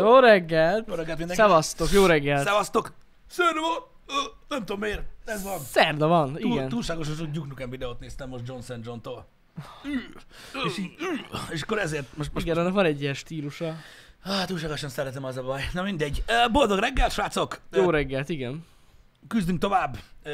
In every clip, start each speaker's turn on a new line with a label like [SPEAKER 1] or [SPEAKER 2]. [SPEAKER 1] Jó reggelt!
[SPEAKER 2] Jó reggelt mindenkinek.
[SPEAKER 1] Szevasztok, jó reggelt!
[SPEAKER 2] Szevasztok! Szerva! Ö, Nem tudom miért. Ez van.
[SPEAKER 1] Szerda van,
[SPEAKER 2] Túl,
[SPEAKER 1] igen.
[SPEAKER 2] túlságosan sok Duke Nukem videót néztem most Johnson John-tól. És, így, és akkor ezért most, most
[SPEAKER 1] Igen, annak van egy ilyen stílusa.
[SPEAKER 2] ah, túlságosan szeretem az a baj. Na mindegy. Ö, Boldog reggel, srácok! Ö,
[SPEAKER 1] Jó reggelt, igen.
[SPEAKER 2] Küzdünk tovább. Ö,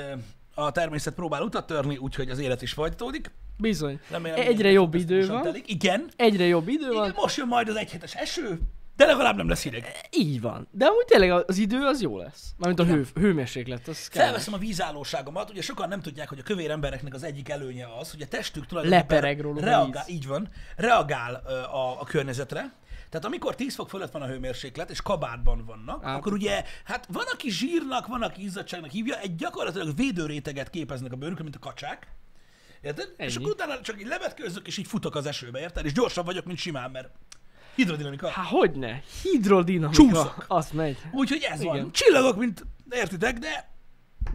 [SPEAKER 2] A természet próbál utat törni, úgyhogy az élet is folytatódik.
[SPEAKER 1] Bizony.
[SPEAKER 2] Remélem,
[SPEAKER 1] Egyre
[SPEAKER 2] mindenki
[SPEAKER 1] jobb idő
[SPEAKER 2] fantasztikusan
[SPEAKER 1] van.
[SPEAKER 2] telik. Igen.
[SPEAKER 1] Egyre jobb idő
[SPEAKER 2] Igen,
[SPEAKER 1] van.
[SPEAKER 2] most jön majd az egyhetes eső, de legalább nem lesz hideg.
[SPEAKER 1] Így van. De amúgy tényleg az idő az jó lesz. Mármint a hő, hőmérséklet, az kell.
[SPEAKER 2] Felveszem a vízállóságomat, ugye sokan nem tudják, hogy a kövér embereknek az egyik előnye az, hogy a testük tulajdonképpen
[SPEAKER 1] Lepereg róluk a
[SPEAKER 2] reagál,
[SPEAKER 1] víz.
[SPEAKER 2] így van, reagál ö, a, a környezetre. Tehát amikor 10 fok fölött van a hőmérséklet, és kabátban vannak,
[SPEAKER 1] Á.
[SPEAKER 2] akkor ugye, hát van, aki zsírnak, van, aki izzadságnak hívja, egy gyakorlatilag védőréteget képeznek a bőrükön, mint a kacsák. Érted? Ennyi. És
[SPEAKER 1] Ennyi.
[SPEAKER 2] akkor utána csak így levetkőzök, és így futok az esőbe, érted? És gyorsabb vagyok, mint simán, mert hidrodinamika.
[SPEAKER 1] Há, Hát hogyne? Hidrodinamika.
[SPEAKER 2] Csúszok.
[SPEAKER 1] Az megy.
[SPEAKER 2] Úgyhogy ez Igen. van.
[SPEAKER 1] Igen.
[SPEAKER 2] Csillagok, mint értitek, de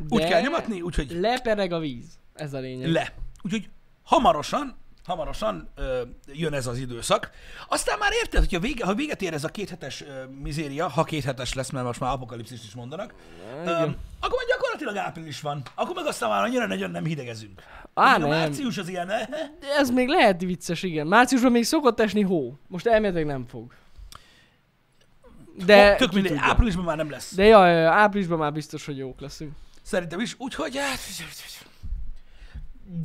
[SPEAKER 2] úgy
[SPEAKER 1] De
[SPEAKER 2] kell nyomatni, úgyhogy
[SPEAKER 1] Lepereg a víz. Ez a lényeg.
[SPEAKER 2] le. Úgyhogy hamarosan, hamarosan ö, jön ez az időszak. Aztán már érted, hogyha vége, ha véget ér ez a kéthetes ö, mizéria, ha kéthetes lesz, mert most már apokalipszist is mondanak, ö,
[SPEAKER 1] Igen.
[SPEAKER 2] akkor már gyakorlatilag április van. Akkor meg aztán már annyira nagyon nem hidegezünk.
[SPEAKER 1] Á,
[SPEAKER 2] Ugye a
[SPEAKER 1] nem.
[SPEAKER 2] március az ilyen, eh, eh.
[SPEAKER 1] Ez még lehet vicces, igen. Márciusban még szokott esni hó. Most elméletileg nem fog. De,
[SPEAKER 2] Ó, eh, tök
[SPEAKER 1] ki
[SPEAKER 2] mindegy,
[SPEAKER 1] tudja.
[SPEAKER 2] áprilisban már nem lesz.
[SPEAKER 1] De jaj, jaj, áprilisban már biztos, hogy jók leszünk.
[SPEAKER 2] Szerintem is, úgyhogy hát,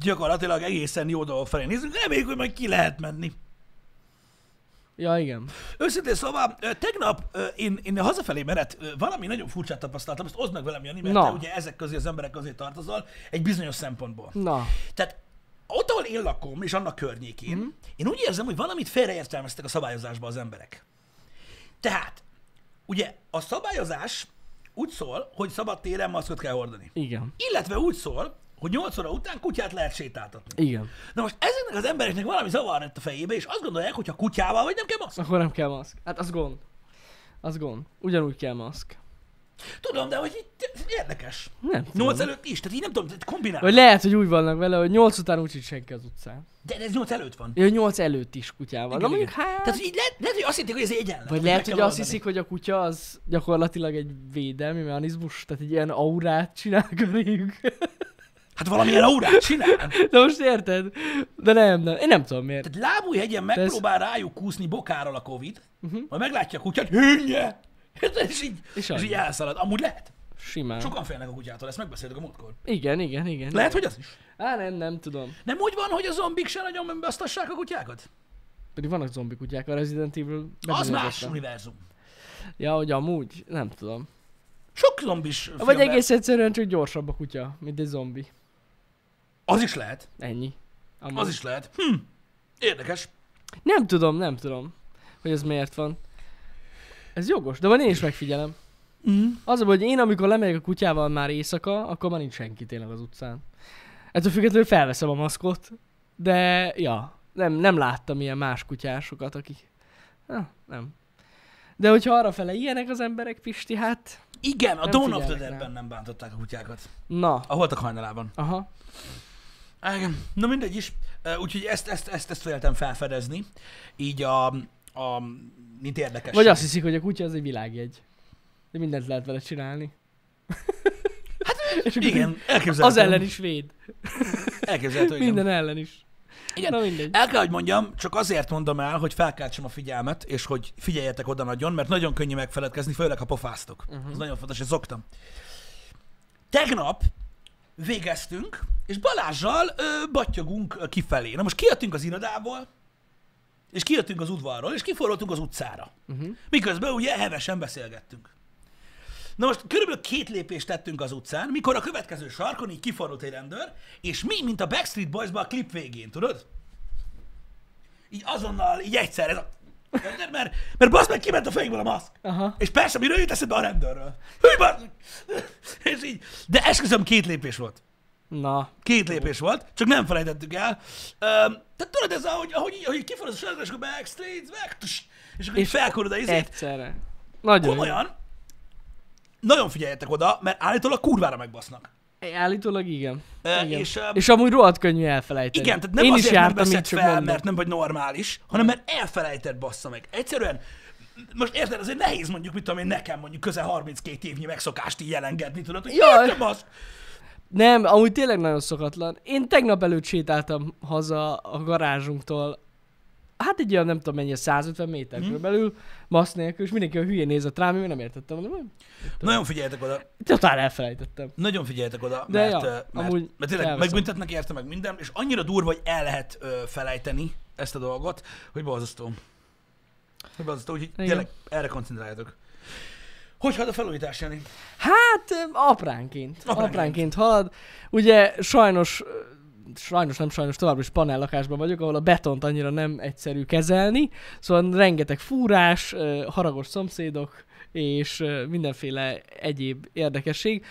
[SPEAKER 2] gyakorlatilag egészen jó dolgok felé nézünk, reméljük, hogy majd ki lehet menni.
[SPEAKER 1] Ja, igen.
[SPEAKER 2] Őszintén szóval, ö, tegnap ö, én, én hazafelé menet ö, valami nagyon furcsát tapasztaltam, ezt oszd meg velem, Jani, mert
[SPEAKER 1] Na.
[SPEAKER 2] te ugye ezek közé az emberek közé tartozol, egy bizonyos szempontból.
[SPEAKER 1] Na,
[SPEAKER 2] Tehát ott, ahol én lakom, és annak környékén,
[SPEAKER 1] Mhm.
[SPEAKER 2] mm. én úgy érzem, hogy valamit félreértelmeztek a szabályozásba az emberek. Tehát, ugye a szabályozás úgy szól, hogy szabad téren maszkot kell hordani.
[SPEAKER 1] igen.
[SPEAKER 2] Illetve úgy szól, hogy 8 óra után kutyát lehet sétáltatni.
[SPEAKER 1] Igen.
[SPEAKER 2] Na most ezeknek az embereknek valami zavar lett a fejébe, és azt gondolják, hogy ha kutyával vagy, nem kell maszk.
[SPEAKER 1] Akkor nem kell maszk. Hát az gond. Az gond. Ugyanúgy kell maszk.
[SPEAKER 2] Tudom, de hogy itt érdekes.
[SPEAKER 1] Nem tudom.
[SPEAKER 2] Nyolc előtt is, tehát így nem tudom, tehát kombinál.
[SPEAKER 1] Vagy lehet, hogy úgy vannak vele, hogy 8 után úgy sincs senki az utcán.
[SPEAKER 2] De ez nyolc előtt van.
[SPEAKER 1] Ja, 8 előtt is kutyával. Na
[SPEAKER 2] Igen,
[SPEAKER 1] mondjuk,
[SPEAKER 2] igen.
[SPEAKER 1] hát...
[SPEAKER 2] Tehát hogy így lehet, lehet, hogy azt hitték, hogy ez egyenlet.
[SPEAKER 1] Vagy
[SPEAKER 2] meg
[SPEAKER 1] lehet,
[SPEAKER 2] kell
[SPEAKER 1] hogy azt
[SPEAKER 2] oldani.
[SPEAKER 1] hiszik, hogy a kutya az gyakorlatilag egy védelmi mechanizmus, tehát egy ilyen aurát csinál köréjük.
[SPEAKER 2] Hát valamilyen aurát csinál. Tehát
[SPEAKER 1] De most érted? De nem, nem. Én nem tudom miért.
[SPEAKER 2] lábújhegyen megpróbál rájuk kúszni bokáról a Covid, uh-huh. majd meglátja a kutyát, hűnje! És így, és, és
[SPEAKER 1] Mhm. És
[SPEAKER 2] így
[SPEAKER 1] annyi.
[SPEAKER 2] elszalad. Amúgy lehet.
[SPEAKER 1] Simán.
[SPEAKER 2] Sokan félnek a kutyától, ezt megbeszéltük a múltkor.
[SPEAKER 1] Igen, igen, igen.
[SPEAKER 2] Lehet, hogy az is.
[SPEAKER 1] Á, nem, nem tudom.
[SPEAKER 2] Nem úgy van, hogy a zombik se nagyon basztassák a kutyákat?
[SPEAKER 1] Pedig vannak zombi kutyák a Resident Evil.
[SPEAKER 2] Az más
[SPEAKER 1] bebizonyítottam.
[SPEAKER 2] univerzum.
[SPEAKER 1] Ja, hogy amúgy? Nem tudom.
[SPEAKER 2] Sok zombis
[SPEAKER 1] Vagy
[SPEAKER 2] filmben-
[SPEAKER 1] egész egyszerűen csak gyorsabb a kutya, mint egy zombi.
[SPEAKER 2] Az is lehet.
[SPEAKER 1] Ennyi. Amúgy.
[SPEAKER 2] Az is lehet. Hm. Érdekes.
[SPEAKER 1] Nem tudom, nem tudom, hogy ez miért van. Ez jogos, de van én is megfigyelem.
[SPEAKER 2] Mm.
[SPEAKER 1] Az a baj, hogy én amikor lemegyek a kutyával már éjszaka, akkor már nincs senki tényleg az utcán. Ettől függetlenül felveszem a maszkot, de ja, nem, nem láttam ilyen más kutyásokat, akik... Ha, nem. De hogyha arrafele ilyenek az emberek, Pisti, hát...
[SPEAKER 2] Igen, a
[SPEAKER 1] Nem
[SPEAKER 2] Dawn of the
[SPEAKER 1] figyelnek
[SPEAKER 2] Dead-ben
[SPEAKER 1] rá.
[SPEAKER 2] nem bántották a kutyákat.
[SPEAKER 1] Na,
[SPEAKER 2] A holtak hajnalában.
[SPEAKER 1] aha.
[SPEAKER 2] Á, Igen. Na mindegy is. Ö, Úgyhogy ezt, ezt, ezt, ezt féltem felfedezni. Így a, a mint érdekes.
[SPEAKER 1] Vagy azt hiszik, hogy a kutya az egy világjegy. De mindent lehet vele csinálni. Hát, és akkor
[SPEAKER 2] Igen, elképzelhető.
[SPEAKER 1] Az ellen is véd.
[SPEAKER 2] Elképzelhető, igen.
[SPEAKER 1] Minden ellen is.
[SPEAKER 2] Igen.
[SPEAKER 1] Na mindegy.
[SPEAKER 2] El kell, hogy mondjam, csak azért mondom el, hogy felkeltsem a figyelmet, és hogy figyeljetek oda nagyon, mert nagyon könnyű megfeledkezni, főleg ha pofáztok.
[SPEAKER 1] Mhm.
[SPEAKER 2] Uh-huh. Ez nagyon fontos, ezt szoktam. Tegnap végeztünk, és Balázsjal ö, battyogunk ö, kifelé. Na most kijöttünk az irodából, és kijöttünk az udvarról, és kiforultunk az utcára. Uh-huh. Miközben ugye hevesen beszélgettünk. Na most körülbelül két lépést tettünk az utcán, mikor a következő sarkon így kiforult egy rendőr, és mi, mint a Backstreet Boys-ba a klip végén, tudod? Így azonnal, így egyszer ez a... Érted? Mert, mert basz meg kiment a fejünkből a maszk.
[SPEAKER 1] Aha.
[SPEAKER 2] És persze, miről jut eszedbe a rendőrről? Hű, basz meg! És így, de esküszöm, két lépés volt.
[SPEAKER 1] Na,
[SPEAKER 2] Két lépés volt, csak nem felejtettük el. Öm, tehát tudod ez, ahogy, ahogy, így- ahogy így kiforrad a sarkra, és akkor backstreet, back, tus, és akkor így
[SPEAKER 1] És
[SPEAKER 2] felkorod a izét.
[SPEAKER 1] egyszerre. Nagyon jó.
[SPEAKER 2] Komolyan, nagyon figyeljetek oda, mert állítólag kurvára megbasznak.
[SPEAKER 1] Állítólag igen.
[SPEAKER 2] Ö,
[SPEAKER 1] igen.
[SPEAKER 2] és,
[SPEAKER 1] És,
[SPEAKER 2] ö,
[SPEAKER 1] és amúgy rohadt könnyű elfelejteni.
[SPEAKER 2] Igen, tehát nem
[SPEAKER 1] Én
[SPEAKER 2] azért
[SPEAKER 1] is jártam,
[SPEAKER 2] nem
[SPEAKER 1] így
[SPEAKER 2] veszed
[SPEAKER 1] csak
[SPEAKER 2] fel,
[SPEAKER 1] mondom.
[SPEAKER 2] mert nem vagy normális, hanem mert elfelejtett bassza meg. Egyszerűen most érted, azért nehéz mondjuk, mit tudom én, nekem mondjuk közel 32 évnyi megszokást így elengedni, tudod, hogy
[SPEAKER 1] Jaj.
[SPEAKER 2] Jaj. az?
[SPEAKER 1] Nem, amúgy tényleg nagyon szokatlan. Én tegnap előtt sétáltam haza a garázsunktól, hát egy olyan nem tudom mennyi, 150 méter
[SPEAKER 2] Mhm.
[SPEAKER 1] hmm. körülbelül, maszk nélkül, és mindenki a hülyén nézett rám, én nem értettem, mondom,
[SPEAKER 2] Nagyon figyeljetek oda,
[SPEAKER 1] totál elfelejtettem.
[SPEAKER 2] nagyon figyeljetek oda,
[SPEAKER 1] De
[SPEAKER 2] mert,
[SPEAKER 1] ja,
[SPEAKER 2] ö, mert,
[SPEAKER 1] amúgy
[SPEAKER 2] mert tényleg
[SPEAKER 1] elveszem.
[SPEAKER 2] megbüntetnek érte meg minden, és annyira durva, hogy el lehet ö, felejteni ezt a dolgot, hogy borzasztó. Hogy borzasztó, úgyhogy
[SPEAKER 1] Igen.
[SPEAKER 2] tényleg erre koncentráljatok. Hogy halad a felújítás, Jani?
[SPEAKER 1] Hát ö, apránként,
[SPEAKER 2] Apránként.
[SPEAKER 1] apránként, apránként halad. Ugye sajnos, ö, sajnos nem sajnos, továbbra is panellakásban vagyok, ahol a betont annyira nem egyszerű kezelni, szóval rengeteg fúrás, ö, haragos szomszédok és ö, mindenféle egyéb érdekesség.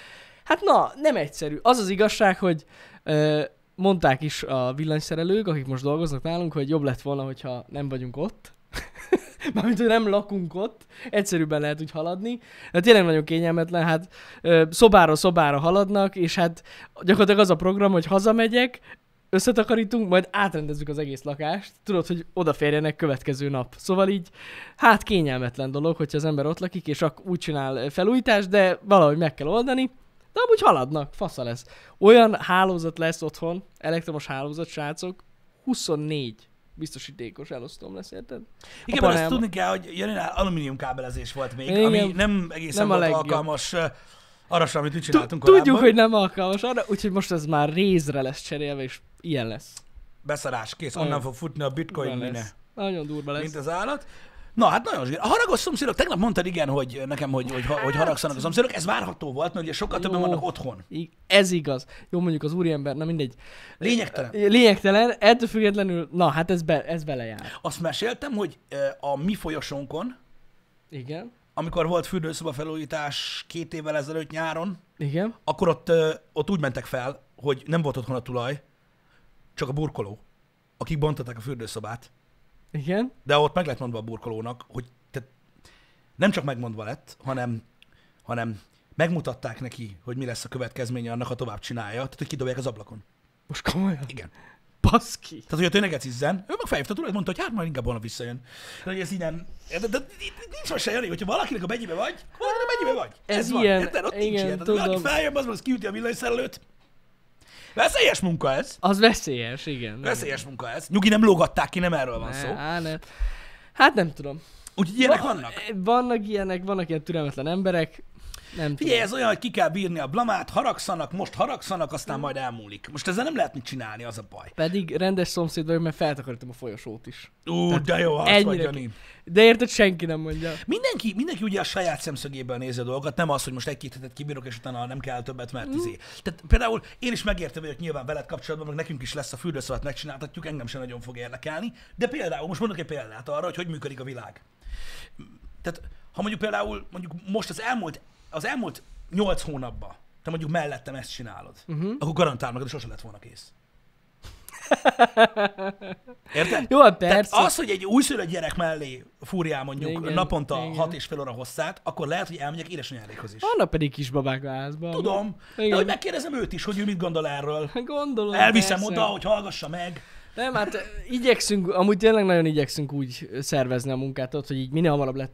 [SPEAKER 1] Hát na, nem egyszerű. Az az igazság, hogy ö, mondták is a villanyszerelők, akik most dolgoznak nálunk, hogy jobb lett volna, hogyha nem vagyunk ott. Mármint, hogy nem lakunk ott, egyszerűbben lehet úgy haladni, de Hát tényleg nagyon kényelmetlen, hát ö, szobáról szobára haladnak, és hát gyakorlatilag az a program, hogy hazamegyek, összetakarítunk, majd átrendezzük az egész lakást, tudod, hogy odaférjenek következő nap. Szóval így, hát kényelmetlen dolog, hogyha az ember ott lakik, és ak- úgy csinál ö, felújítást, de valahogy meg kell oldani, de amúgy haladnak, fasza lesz. Olyan hálózat lesz otthon, elektromos hálózat, srácok, 24 biztosítékos elosztom lesz, érted?
[SPEAKER 2] Igen,
[SPEAKER 1] A
[SPEAKER 2] mert azt
[SPEAKER 1] panel-
[SPEAKER 2] tudni kell, hogy Janinál alumínium kábelezés volt még,
[SPEAKER 1] Igen.
[SPEAKER 2] ami nem egészen
[SPEAKER 1] Nem
[SPEAKER 2] nem volt
[SPEAKER 1] a legjobb.
[SPEAKER 2] alkalmas ö, arra sem, amit mi
[SPEAKER 1] Tu-
[SPEAKER 2] csináltunk
[SPEAKER 1] Tudjuk,
[SPEAKER 2] korábban.
[SPEAKER 1] hogy nem alkalmas arra, úgyhogy most ez már rézre lesz cserélve, és ilyen lesz.
[SPEAKER 2] Beszarás, kész,
[SPEAKER 1] Nagyon.
[SPEAKER 2] onnan fog futni a bitcoin
[SPEAKER 1] Durva
[SPEAKER 2] mine,
[SPEAKER 1] lesz. Nagyon durva lesz.
[SPEAKER 2] mint az állat. Na, hát nagyon zsír. A haragos szomszédok, tegnap mondtad igen, hogy nekem, hogy, hogy, ha- hogy haragszanak a szomszédok, ez várható volt, mert ugye sokkal többen
[SPEAKER 1] Jó.
[SPEAKER 2] vannak otthon.
[SPEAKER 1] I- Ez igaz. Jó, mondjuk az úriember, na mindegy.
[SPEAKER 2] Lényegtelen.
[SPEAKER 1] Lényegtelen, ettől függetlenül, na hát ez, be, ez belejár.
[SPEAKER 2] Azt meséltem, hogy ö, a mi folyosónkon,
[SPEAKER 1] Igen.
[SPEAKER 2] amikor volt fürdőszoba felújítás két évvel ezelőtt nyáron,
[SPEAKER 1] Igen.
[SPEAKER 2] akkor ott, ö, ott úgy mentek fel, hogy nem volt otthon a tulaj, csak a burkoló, akik bontották a fürdőszobát.
[SPEAKER 1] Igen.
[SPEAKER 2] De ott meg lett mondva a burkolónak, hogy te nem csak megmondva lett, hanem, hanem megmutatták neki, hogy mi lesz a következménye annak, ha tovább csinálja. Tehát, hogy kidobják az ablakon.
[SPEAKER 1] Most komolyan.
[SPEAKER 2] Igen.
[SPEAKER 1] Baszki.
[SPEAKER 2] Tehát, hogy a tényleg izzen, ő meg felhívta tőle, mondta, hogy hát majd inkább holnap visszajön. Tehát, hogy ez így nem... De, de, de, nincs most se jönni, hogyha valakinek a begyibe vagy, valakinek a begyibe vagy.
[SPEAKER 1] Ez
[SPEAKER 2] van.
[SPEAKER 1] ilyen.
[SPEAKER 2] Érted? Ott nincs
[SPEAKER 1] Igen,
[SPEAKER 2] ilyen. Tehát, valaki
[SPEAKER 1] tudom.
[SPEAKER 2] feljön, az, az kiüti a villanyszerelőt. Veszélyes munka ez.
[SPEAKER 1] Az veszélyes, igen.
[SPEAKER 2] Veszélyes munka ez. Nyugi nem lógatták ki, nem erről van
[SPEAKER 1] Ne,
[SPEAKER 2] szó.
[SPEAKER 1] Á, nem. Hát nem tudom.
[SPEAKER 2] Úgyhogy ilyenek vannak.
[SPEAKER 1] Vannak ilyenek, vannak ilyen türelmetlen emberek. Nem
[SPEAKER 2] Figyelj,
[SPEAKER 1] tudom.
[SPEAKER 2] ez olyan, hogy ki kell bírni a blamát, haragszanak, most haragszanak, aztán majd elmúlik. Most ezzel nem lehet mit csinálni, az a baj.
[SPEAKER 1] Pedig rendes szomszéd vagyok, mert feltakarítom a folyosót is.
[SPEAKER 2] Ú, de jó, az vagy,
[SPEAKER 1] Ennyire
[SPEAKER 2] Jani.
[SPEAKER 1] ki. De érted, senki nem mondja.
[SPEAKER 2] Mindenki, mindenki ugye a saját szemszögéből nézi a dolgot, nem az, hogy most egy-két hetet kibírok, és utána nem kell többet, mert izé. Tehát például én is megértem, vagyok nyilván veled kapcsolatban, meg nekünk is lesz a fürdőszobát, megcsináltatjuk, engem sem nagyon fog érdekelni, de például, most mondok egy példát arra, hogy hogy működik a világ. Tehát ha mondjuk például mondjuk most az elmúlt, az elmúlt 8 hónapban te mondjuk mellettem ezt csinálod, uh-huh. akkor garantál meg, de sose lett volna kész. Érted?
[SPEAKER 1] Jó, hát
[SPEAKER 2] Tehát
[SPEAKER 1] persze.
[SPEAKER 2] az, hogy egy újszülött gyerek mellé fúrjál mondjuk igen,
[SPEAKER 1] Igen,
[SPEAKER 2] naponta
[SPEAKER 1] igen.
[SPEAKER 2] 6 és fél óra hosszát, akkor lehet, hogy elmegyek édesanyádékhoz is.
[SPEAKER 1] Vannak pedig kisbabák a házban.
[SPEAKER 2] Tudom, de
[SPEAKER 1] Igen.
[SPEAKER 2] hogy megkérdezem őt is, hogy ő mit gondol erről.
[SPEAKER 1] Gondolom.
[SPEAKER 2] Elviszem
[SPEAKER 1] persze.
[SPEAKER 2] oda, hogy hallgassa meg.
[SPEAKER 1] Nem, hát igyekszünk, amúgy tényleg nagyon igyekszünk úgy eh, szervezni a munkát, tudod, hogy így minél hamarabb le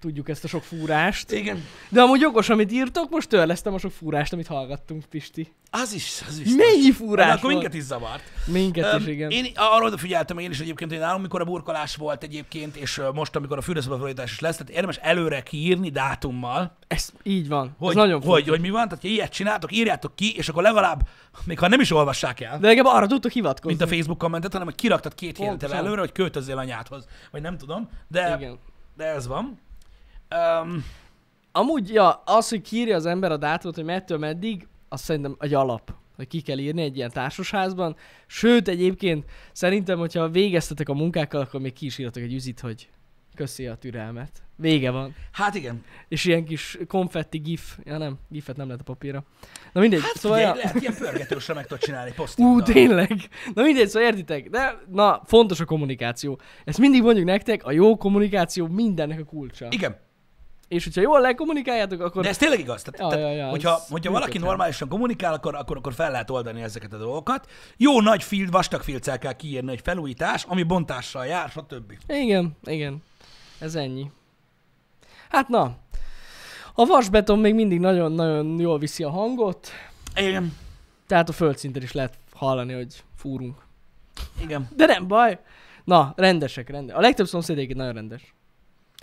[SPEAKER 1] tudjuk ezt a sok fúrást.
[SPEAKER 2] Igen.
[SPEAKER 1] De amúgy jogos, amit írtok, most törlesztem a sok fúrást, amit hallgattunk, Pisti.
[SPEAKER 2] Az is, az is.
[SPEAKER 1] Mennyi fúrás
[SPEAKER 2] Akkor minket
[SPEAKER 1] volt?
[SPEAKER 2] is zavart.
[SPEAKER 1] Minket is,
[SPEAKER 2] Öm,
[SPEAKER 1] igen.
[SPEAKER 2] Én arra odafigyeltem én is egyébként, hogy nálam, amikor a burkolás volt egyébként, és ö, most, amikor a fürdőszobafelújítás is lesz, tehát érdemes előre kiírni dátummal,
[SPEAKER 1] Ez így van.
[SPEAKER 2] hogy,
[SPEAKER 1] Ez nagyon
[SPEAKER 2] hogy,
[SPEAKER 1] fontos.
[SPEAKER 2] hogy mi van, tehát ha ilyet csináltok, írjátok ki, és akkor legalább, még ha nem is olvassák el,
[SPEAKER 1] De legalább arra tudtok hivatkozni.
[SPEAKER 2] mint a Facebook kommentet, hanem hogy kiraktad két héttel
[SPEAKER 1] Pontosan.
[SPEAKER 2] előre, hogy költözzél anyádhoz, vagy nem tudom, de,
[SPEAKER 1] Igen.
[SPEAKER 2] de ez van. Um,
[SPEAKER 1] Amúgy, ja, az, hogy kiírja az ember a dátumot, hogy mettől meddig, az szerintem egy alap, hogy ki kell írni egy ilyen társasházban. Sőt, egyébként szerintem, hogyha végeztetek a munkákkal, akkor még ki is írjatok egy üzit, hogy köszi a türelmet. Vége van.
[SPEAKER 2] hát igen.
[SPEAKER 1] És ilyen kis konfetti gif. Ja nem, gifet nem lehet a papírra. Na mindegy,
[SPEAKER 2] Hát
[SPEAKER 1] szóval...
[SPEAKER 2] figyelj,
[SPEAKER 1] ja.
[SPEAKER 2] lehet ilyen pörgetősre meg tudod csinálni
[SPEAKER 1] Ú,
[SPEAKER 2] posztittal.
[SPEAKER 1] tényleg. Na mindegy, szóval értitek. De, na, fontos a kommunikáció. Ezt mindig mondjuk nektek, a jó kommunikáció mindennek a kulcsa.
[SPEAKER 2] Igen,
[SPEAKER 1] És hogyha jól lekommunikáljátok, akkor...
[SPEAKER 2] de ez tényleg igaz. Tehát,
[SPEAKER 1] Ja,
[SPEAKER 2] tehát
[SPEAKER 1] ja, ja,
[SPEAKER 2] hogyha,
[SPEAKER 1] ez
[SPEAKER 2] hogyha valaki
[SPEAKER 1] működhet.
[SPEAKER 2] normálisan kommunikál, akkor, akkor, akkor fel lehet oldani ezeket a dolgokat. Jó nagy field, vastag filccel kell kiírni, hogy felújítás, ami bontással jár, stb.
[SPEAKER 1] Igen, igen. Ez ennyi. Hát na, a vasbeton még mindig nagyon-nagyon jól viszi a hangot,
[SPEAKER 2] Igen.
[SPEAKER 1] tehát a földszinten is lehet hallani, hogy fúrunk.
[SPEAKER 2] Igen.
[SPEAKER 1] De nem baj. Na, rendesek, rendes. A legtöbb szomszéd egyébként nagyon rendes.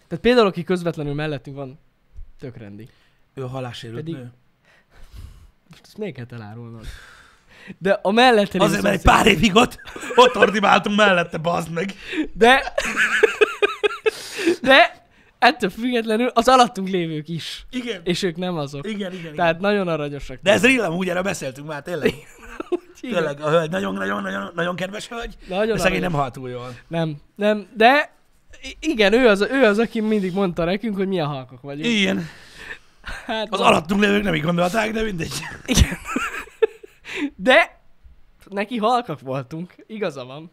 [SPEAKER 1] Tehát például, aki közvetlenül mellettünk van, tök rendi.
[SPEAKER 2] Ő a halásérült
[SPEAKER 1] Pedig-
[SPEAKER 2] nő.
[SPEAKER 1] Most ezt még kell elárulnod. De a mellette lévő
[SPEAKER 2] Azért, mert egy
[SPEAKER 1] szomszéd-
[SPEAKER 2] pár évig ott, ott ordibáltunk mellette, bazd meg.
[SPEAKER 1] De... De ettől függetlenül az alattunk lévők is.
[SPEAKER 2] Igen.
[SPEAKER 1] És ők nem azok.
[SPEAKER 2] Igen, igen, igen.
[SPEAKER 1] Tehát nagyon aranyosak.
[SPEAKER 2] De ez rillem, úgy erre beszéltünk már, tényleg.
[SPEAKER 1] Igen.
[SPEAKER 2] Tényleg, a hölgy nagyon-nagyon-nagyon nagyon kedves hölgy.
[SPEAKER 1] Nagyon
[SPEAKER 2] De szegény
[SPEAKER 1] aranyos.
[SPEAKER 2] nem halt túl jól.
[SPEAKER 1] Nem, nem, de i- igen, ő az, ő az, aki mindig mondta nekünk, hogy milyen halkok vagyunk.
[SPEAKER 2] Igen.
[SPEAKER 1] hát,
[SPEAKER 2] Az
[SPEAKER 1] na,
[SPEAKER 2] alattunk lévők nem így gondolták, de mindegy.
[SPEAKER 1] Igen. de neki halkak voltunk, igaza van.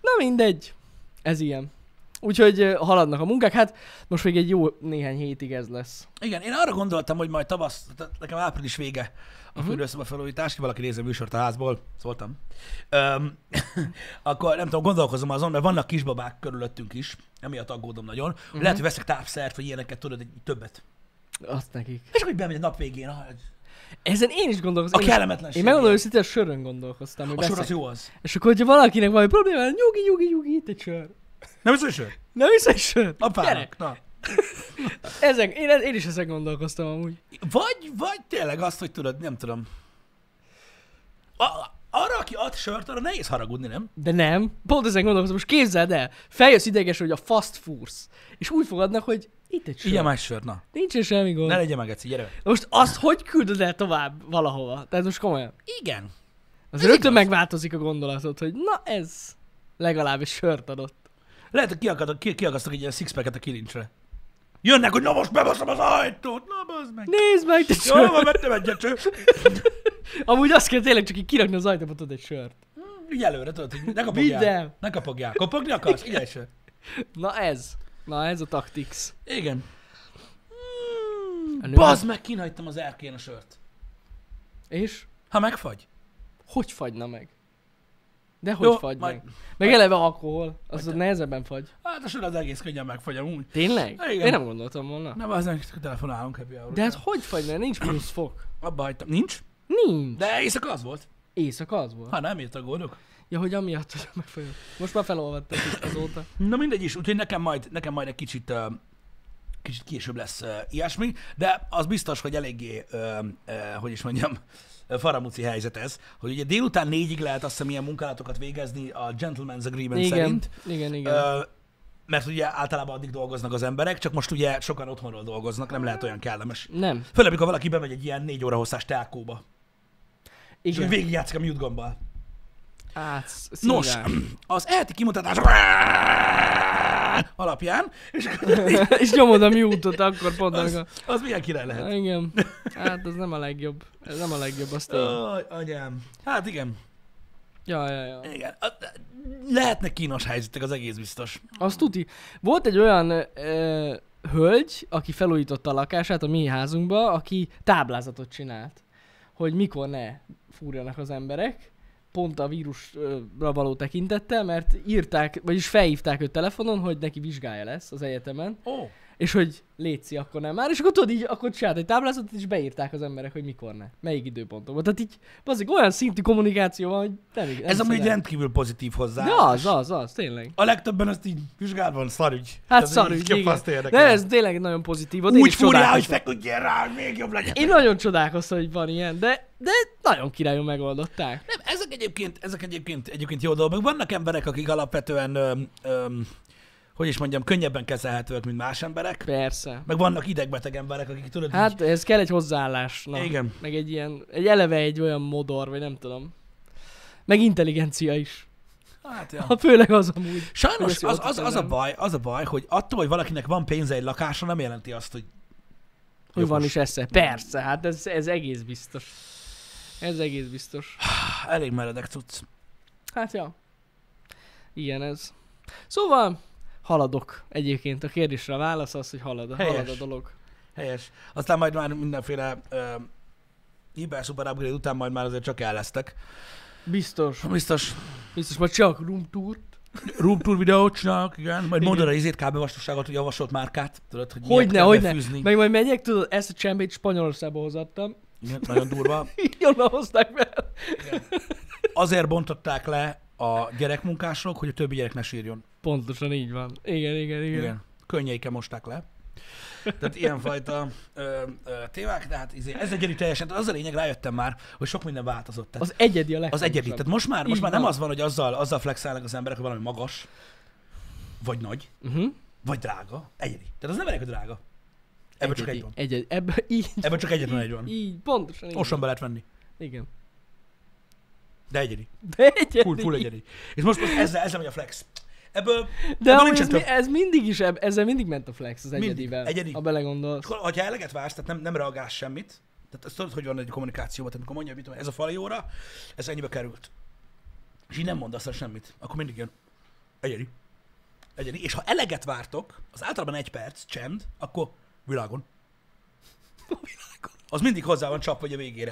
[SPEAKER 1] Na mindegy, ez ilyen. Úgyhogy ö, haladnak a munkák, hát most még egy jó néhány hétig ez lesz.
[SPEAKER 2] Igen, én arra gondoltam, hogy majd tavasz, tehát nekem április vége a fürdőszoba felújítás, ki valaki nézi a műsort a házból, szóltam. Öm, akkor nem tudom, gondolkozom azon, mert vannak kisbabák körülöttünk is, emiatt aggódom nagyon, hogy lehet, hogy veszek tápszert, vagy ilyeneket, tudod, egy többet.
[SPEAKER 1] Azt nekik.
[SPEAKER 2] És akkor így bemegy a nap végén, ah,
[SPEAKER 1] Ezen én is
[SPEAKER 2] a
[SPEAKER 1] gondolkoztam. Én,
[SPEAKER 2] kellemetlenség.
[SPEAKER 1] én megmondom őszintén, a sörön gondolkoztam, hogy
[SPEAKER 2] a sor az
[SPEAKER 1] veszek.
[SPEAKER 2] jó az.
[SPEAKER 1] És akkor, hogyha valakinek valami problémája, nyugi, nyugi, nyugi, itt egy sör.
[SPEAKER 2] Nem is sör?
[SPEAKER 1] Nem hisz egy sört? Gyere.
[SPEAKER 2] Apának. Na.
[SPEAKER 1] Ezen, én, én is ezen gondolkoztam amúgy.
[SPEAKER 2] Vagy, vagy tényleg azt, hogy tudod, nem tudom. A, arra, aki ad sört, arra nehéz haragudni, nem?
[SPEAKER 1] De nem. Pont ezen gondolkozom, most képzeld el. Feljössz ideges, hogy a fast fúrsz. És úgy fogadnak, hogy itt egy sör.
[SPEAKER 2] Ilyen más sör, na.
[SPEAKER 1] Nincsen semmi gond.
[SPEAKER 2] Ne
[SPEAKER 1] Ne
[SPEAKER 2] legyen meg egyszer, gyere. be.
[SPEAKER 1] most azt hogy küldöd el tovább valahova? Tehát most komolyan.
[SPEAKER 2] Igen.
[SPEAKER 1] Az
[SPEAKER 2] Ez
[SPEAKER 1] rögtön
[SPEAKER 2] igaz.
[SPEAKER 1] megváltozik a gondolatod, hogy na ez legalábbis sört adott.
[SPEAKER 2] Lehet, hogy kiakad, ki, kiakasztok egy ilyen sixpacket a kilincsre. Jönnek, hogy na most bebaszom az ajtót, na bazd meg.
[SPEAKER 1] Nézd meg, te
[SPEAKER 2] Jól
[SPEAKER 1] sört.
[SPEAKER 2] van, vettem egyet, cső.
[SPEAKER 1] Amúgy azt kell tényleg csak így kirakni az ajtóba, tudod, egy sört.
[SPEAKER 2] Így előre, tudod, hogy ne
[SPEAKER 1] Vidd el.
[SPEAKER 2] kapogjál. Ne kapogjál. Kopogni akarsz? Igen, sör.
[SPEAKER 1] Na ez. Na ez a taktix.
[SPEAKER 2] Igen.
[SPEAKER 1] A nő-
[SPEAKER 2] Hmm. Bazd meg, kinhagytam az erkén a sört.
[SPEAKER 1] És?
[SPEAKER 2] Ha megfagy.
[SPEAKER 1] Hogy fagyna meg? De hogy
[SPEAKER 2] Jó,
[SPEAKER 1] fagy
[SPEAKER 2] majd-
[SPEAKER 1] meg? Meg eleve alkohol, az
[SPEAKER 2] Majd-
[SPEAKER 1] nehezebben fagy.
[SPEAKER 2] Hát a sör az egész könnyen megfagy amúgy.
[SPEAKER 1] Tényleg?
[SPEAKER 2] Igen.
[SPEAKER 1] Én nem gondoltam volna.
[SPEAKER 2] Na, az meg csak telefonálunk happy hour
[SPEAKER 1] De hát hogy fagyna? Nincs plusz fok.
[SPEAKER 2] Abba hagytam. Nincs?
[SPEAKER 1] Nincs.
[SPEAKER 2] De éjszaka az volt.
[SPEAKER 1] Éjszaka az volt.
[SPEAKER 2] Ha nem, írt aggódok.
[SPEAKER 1] Ja, hogy amiatt hogy megfagyott. Most már felolvattak itt azóta.
[SPEAKER 2] Na mindegy is, úgyhogy nekem majd, nekem majd egy kicsit, ö, kicsit később lesz ö, ilyesmi, de az biztos, hogy eléggé, ö, ö, hogy is mondjam, ö, faramuci helyzet ez, hogy ugye délután négyig lehet azt hiszem ilyen munkálatokat végezni a Gentleman's Agreement
[SPEAKER 1] Igen,
[SPEAKER 2] szerint,
[SPEAKER 1] igen, igen.
[SPEAKER 2] ö, mert ugye általában addig dolgoznak az emberek, csak most ugye sokan otthonról dolgoznak, nem lehet olyan kellemes.
[SPEAKER 1] Nem,
[SPEAKER 2] Főleg, amikor valaki bemegy egy ilyen négy óra hosszás telkóba, és hogy
[SPEAKER 1] igen. Hát,
[SPEAKER 2] végigjátszik a mute gombbal.
[SPEAKER 1] Át,
[SPEAKER 2] Nos, az elti kimutatás alapján, és akkor
[SPEAKER 1] És nyomod a mute-ot akkor pont, amikor...
[SPEAKER 2] az, az milyen király lehet.
[SPEAKER 1] Igen. Hát az nem a legjobb. Ez nem a legjobb, azt én.
[SPEAKER 2] Aj, anyám. Hát igen.
[SPEAKER 1] Ja, ja, ja.
[SPEAKER 2] igen. A- a- Lehetnek kínos helyzetek, az egész biztos.
[SPEAKER 1] Azt tuti. Volt egy olyan ö, hölgy, aki felújította a lakását a mi házunkba, aki táblázatot csinált, hogy mikor ne fúrjanak az emberek, pont a vírusra való tekintettel, mert írták, vagyis felhívták őt telefonon, hogy neki vizsgája lesz az egyetemen,
[SPEAKER 2] Ó, oh,
[SPEAKER 1] és hogy létszi, akkor nem már, és akkor tudod így, akkor csinált egy táblázatot, és beírták az emberek, hogy mikor ne, melyik időpontokban. Tehát így, bazik, olyan szintű kommunikáció van, hogy nem, nem
[SPEAKER 2] ez amúgy
[SPEAKER 1] szedem.
[SPEAKER 2] egy rendkívül pozitív hozzá.
[SPEAKER 1] De az, az, az, tényleg.
[SPEAKER 2] A legtöbben azt így vizsgálban szarügy.
[SPEAKER 1] Hát szarű, igen. De ez tényleg nagyon pozitív. volt, én
[SPEAKER 2] Úgy
[SPEAKER 1] is
[SPEAKER 2] furjá, hogy
[SPEAKER 1] csodálkoztam.
[SPEAKER 2] feküdjél rá, hogy még jobb legyen.
[SPEAKER 1] Én nagyon csodálkoztam, hogy van ilyen, de, de nagyon királyon megoldották.
[SPEAKER 2] Nem, ezek egyébként, ezek egyébként, egyébként jó dolgok. Vannak emberek, akik alapvetően, öm, öm, hogy is mondjam, könnyebben kezelhetőek, mint más emberek.
[SPEAKER 1] Persze.
[SPEAKER 2] Meg vannak idegbeteg emberek, akik tudod, így-
[SPEAKER 1] Hát ez kell egy hozzáállás. Na.
[SPEAKER 2] Igen.
[SPEAKER 1] Meg egy ilyen, egy eleve egy olyan modor, vagy nem tudom. Meg intelligencia is.
[SPEAKER 2] hát ja.
[SPEAKER 1] Ha főleg az amúgy. Hogy
[SPEAKER 2] Sajnos
[SPEAKER 1] ezt
[SPEAKER 2] az,
[SPEAKER 1] jól
[SPEAKER 2] az, az, a
[SPEAKER 1] tudom.
[SPEAKER 2] baj, az a baj, hogy attól, hogy valakinek van pénze egy lakásra, nem jelenti azt, hogy
[SPEAKER 1] Hogy van
[SPEAKER 2] Jogos.
[SPEAKER 1] is esze. Persze, hát ez, ez egész biztos. Ez egész biztos.
[SPEAKER 2] "Pff, elég meredek cucc.
[SPEAKER 1] Hát ja. Ilyen ez. Szóval haladok egyébként. A kérdésre a válasz az, hogy halad, halad a
[SPEAKER 2] Helyes.
[SPEAKER 1] dolog.
[SPEAKER 2] Helyes. Aztán majd már mindenféle ö, hiper super upgrade után majd már azért csak el lesztek.
[SPEAKER 1] Biztos.
[SPEAKER 2] Biztos.
[SPEAKER 1] Biztos majd csak room tourt.
[SPEAKER 2] Room tour videót csinálok, igen. Majd mondod a izét, kábelvastagságot, hogy javasolt márkát. Tudod, hogy miért
[SPEAKER 1] Hogyne,
[SPEAKER 2] kell
[SPEAKER 1] hogyne.
[SPEAKER 2] befűzni.
[SPEAKER 1] Meg majd megyek, tudod, ezt a csempét Spanyolországba hozattam.
[SPEAKER 2] Igen, nagyon durva.
[SPEAKER 1] Így onnan hozták be.
[SPEAKER 2] Azért bontották le a gyerekmunkások, hogy a többi gyerek ne sírjon.
[SPEAKER 1] Pontosan így van. Igen, igen, igen. igen.
[SPEAKER 2] Igen. Könnyeike mosták le. Tehát ilyenfajta ö, ö, témák, tehát izé, ez egyedi teljesen, az a lényeg, rájöttem már, hogy sok minden változott. Tehát
[SPEAKER 1] Az egyedi a
[SPEAKER 2] az egyedi. Tehát most már, most
[SPEAKER 1] Így
[SPEAKER 2] már nem
[SPEAKER 1] van.
[SPEAKER 2] az van, hogy azzal, azzal flexálnak az emberek, hogy valami magas, vagy nagy,
[SPEAKER 1] Uh-huh.
[SPEAKER 2] vagy drága. Egyedi. Tehát az nem elég, hogy drága. Ebben csak egy van.
[SPEAKER 1] Egyedi. Ebben így.
[SPEAKER 2] Ebben csak egyetlen egy van.
[SPEAKER 1] Így, pontosan így.
[SPEAKER 2] Osan be lehet venni,
[SPEAKER 1] Igen.
[SPEAKER 2] de egyedi.
[SPEAKER 1] De egyedi.
[SPEAKER 2] Full, full egyedi. És most, most ezzel, ezzel megy a flex. Ebből,
[SPEAKER 1] De
[SPEAKER 2] ebből
[SPEAKER 1] amúgy
[SPEAKER 2] nincsen
[SPEAKER 1] ez,
[SPEAKER 2] több.
[SPEAKER 1] mi, ez, mindig is, eb- ezzel mindig ment a flex az
[SPEAKER 2] Mindig.
[SPEAKER 1] egyedivel.
[SPEAKER 2] Egyedi.
[SPEAKER 1] Ha belegondolsz.
[SPEAKER 2] Ha eleget vársz, tehát nem, nem reagálsz semmit, tehát azt tudod, hogy van egy kommunikációban, tehát amikor mondja, hogy mit tudom, ez a fali óra, ez ennyibe került. És így nem mondasz el semmit, akkor mindig jön. Egyedi. Egyedi. És ha eleget vártok, az általában egy perc, csend, akkor világon. Az mindig hozzá van csapva, hogy a végére.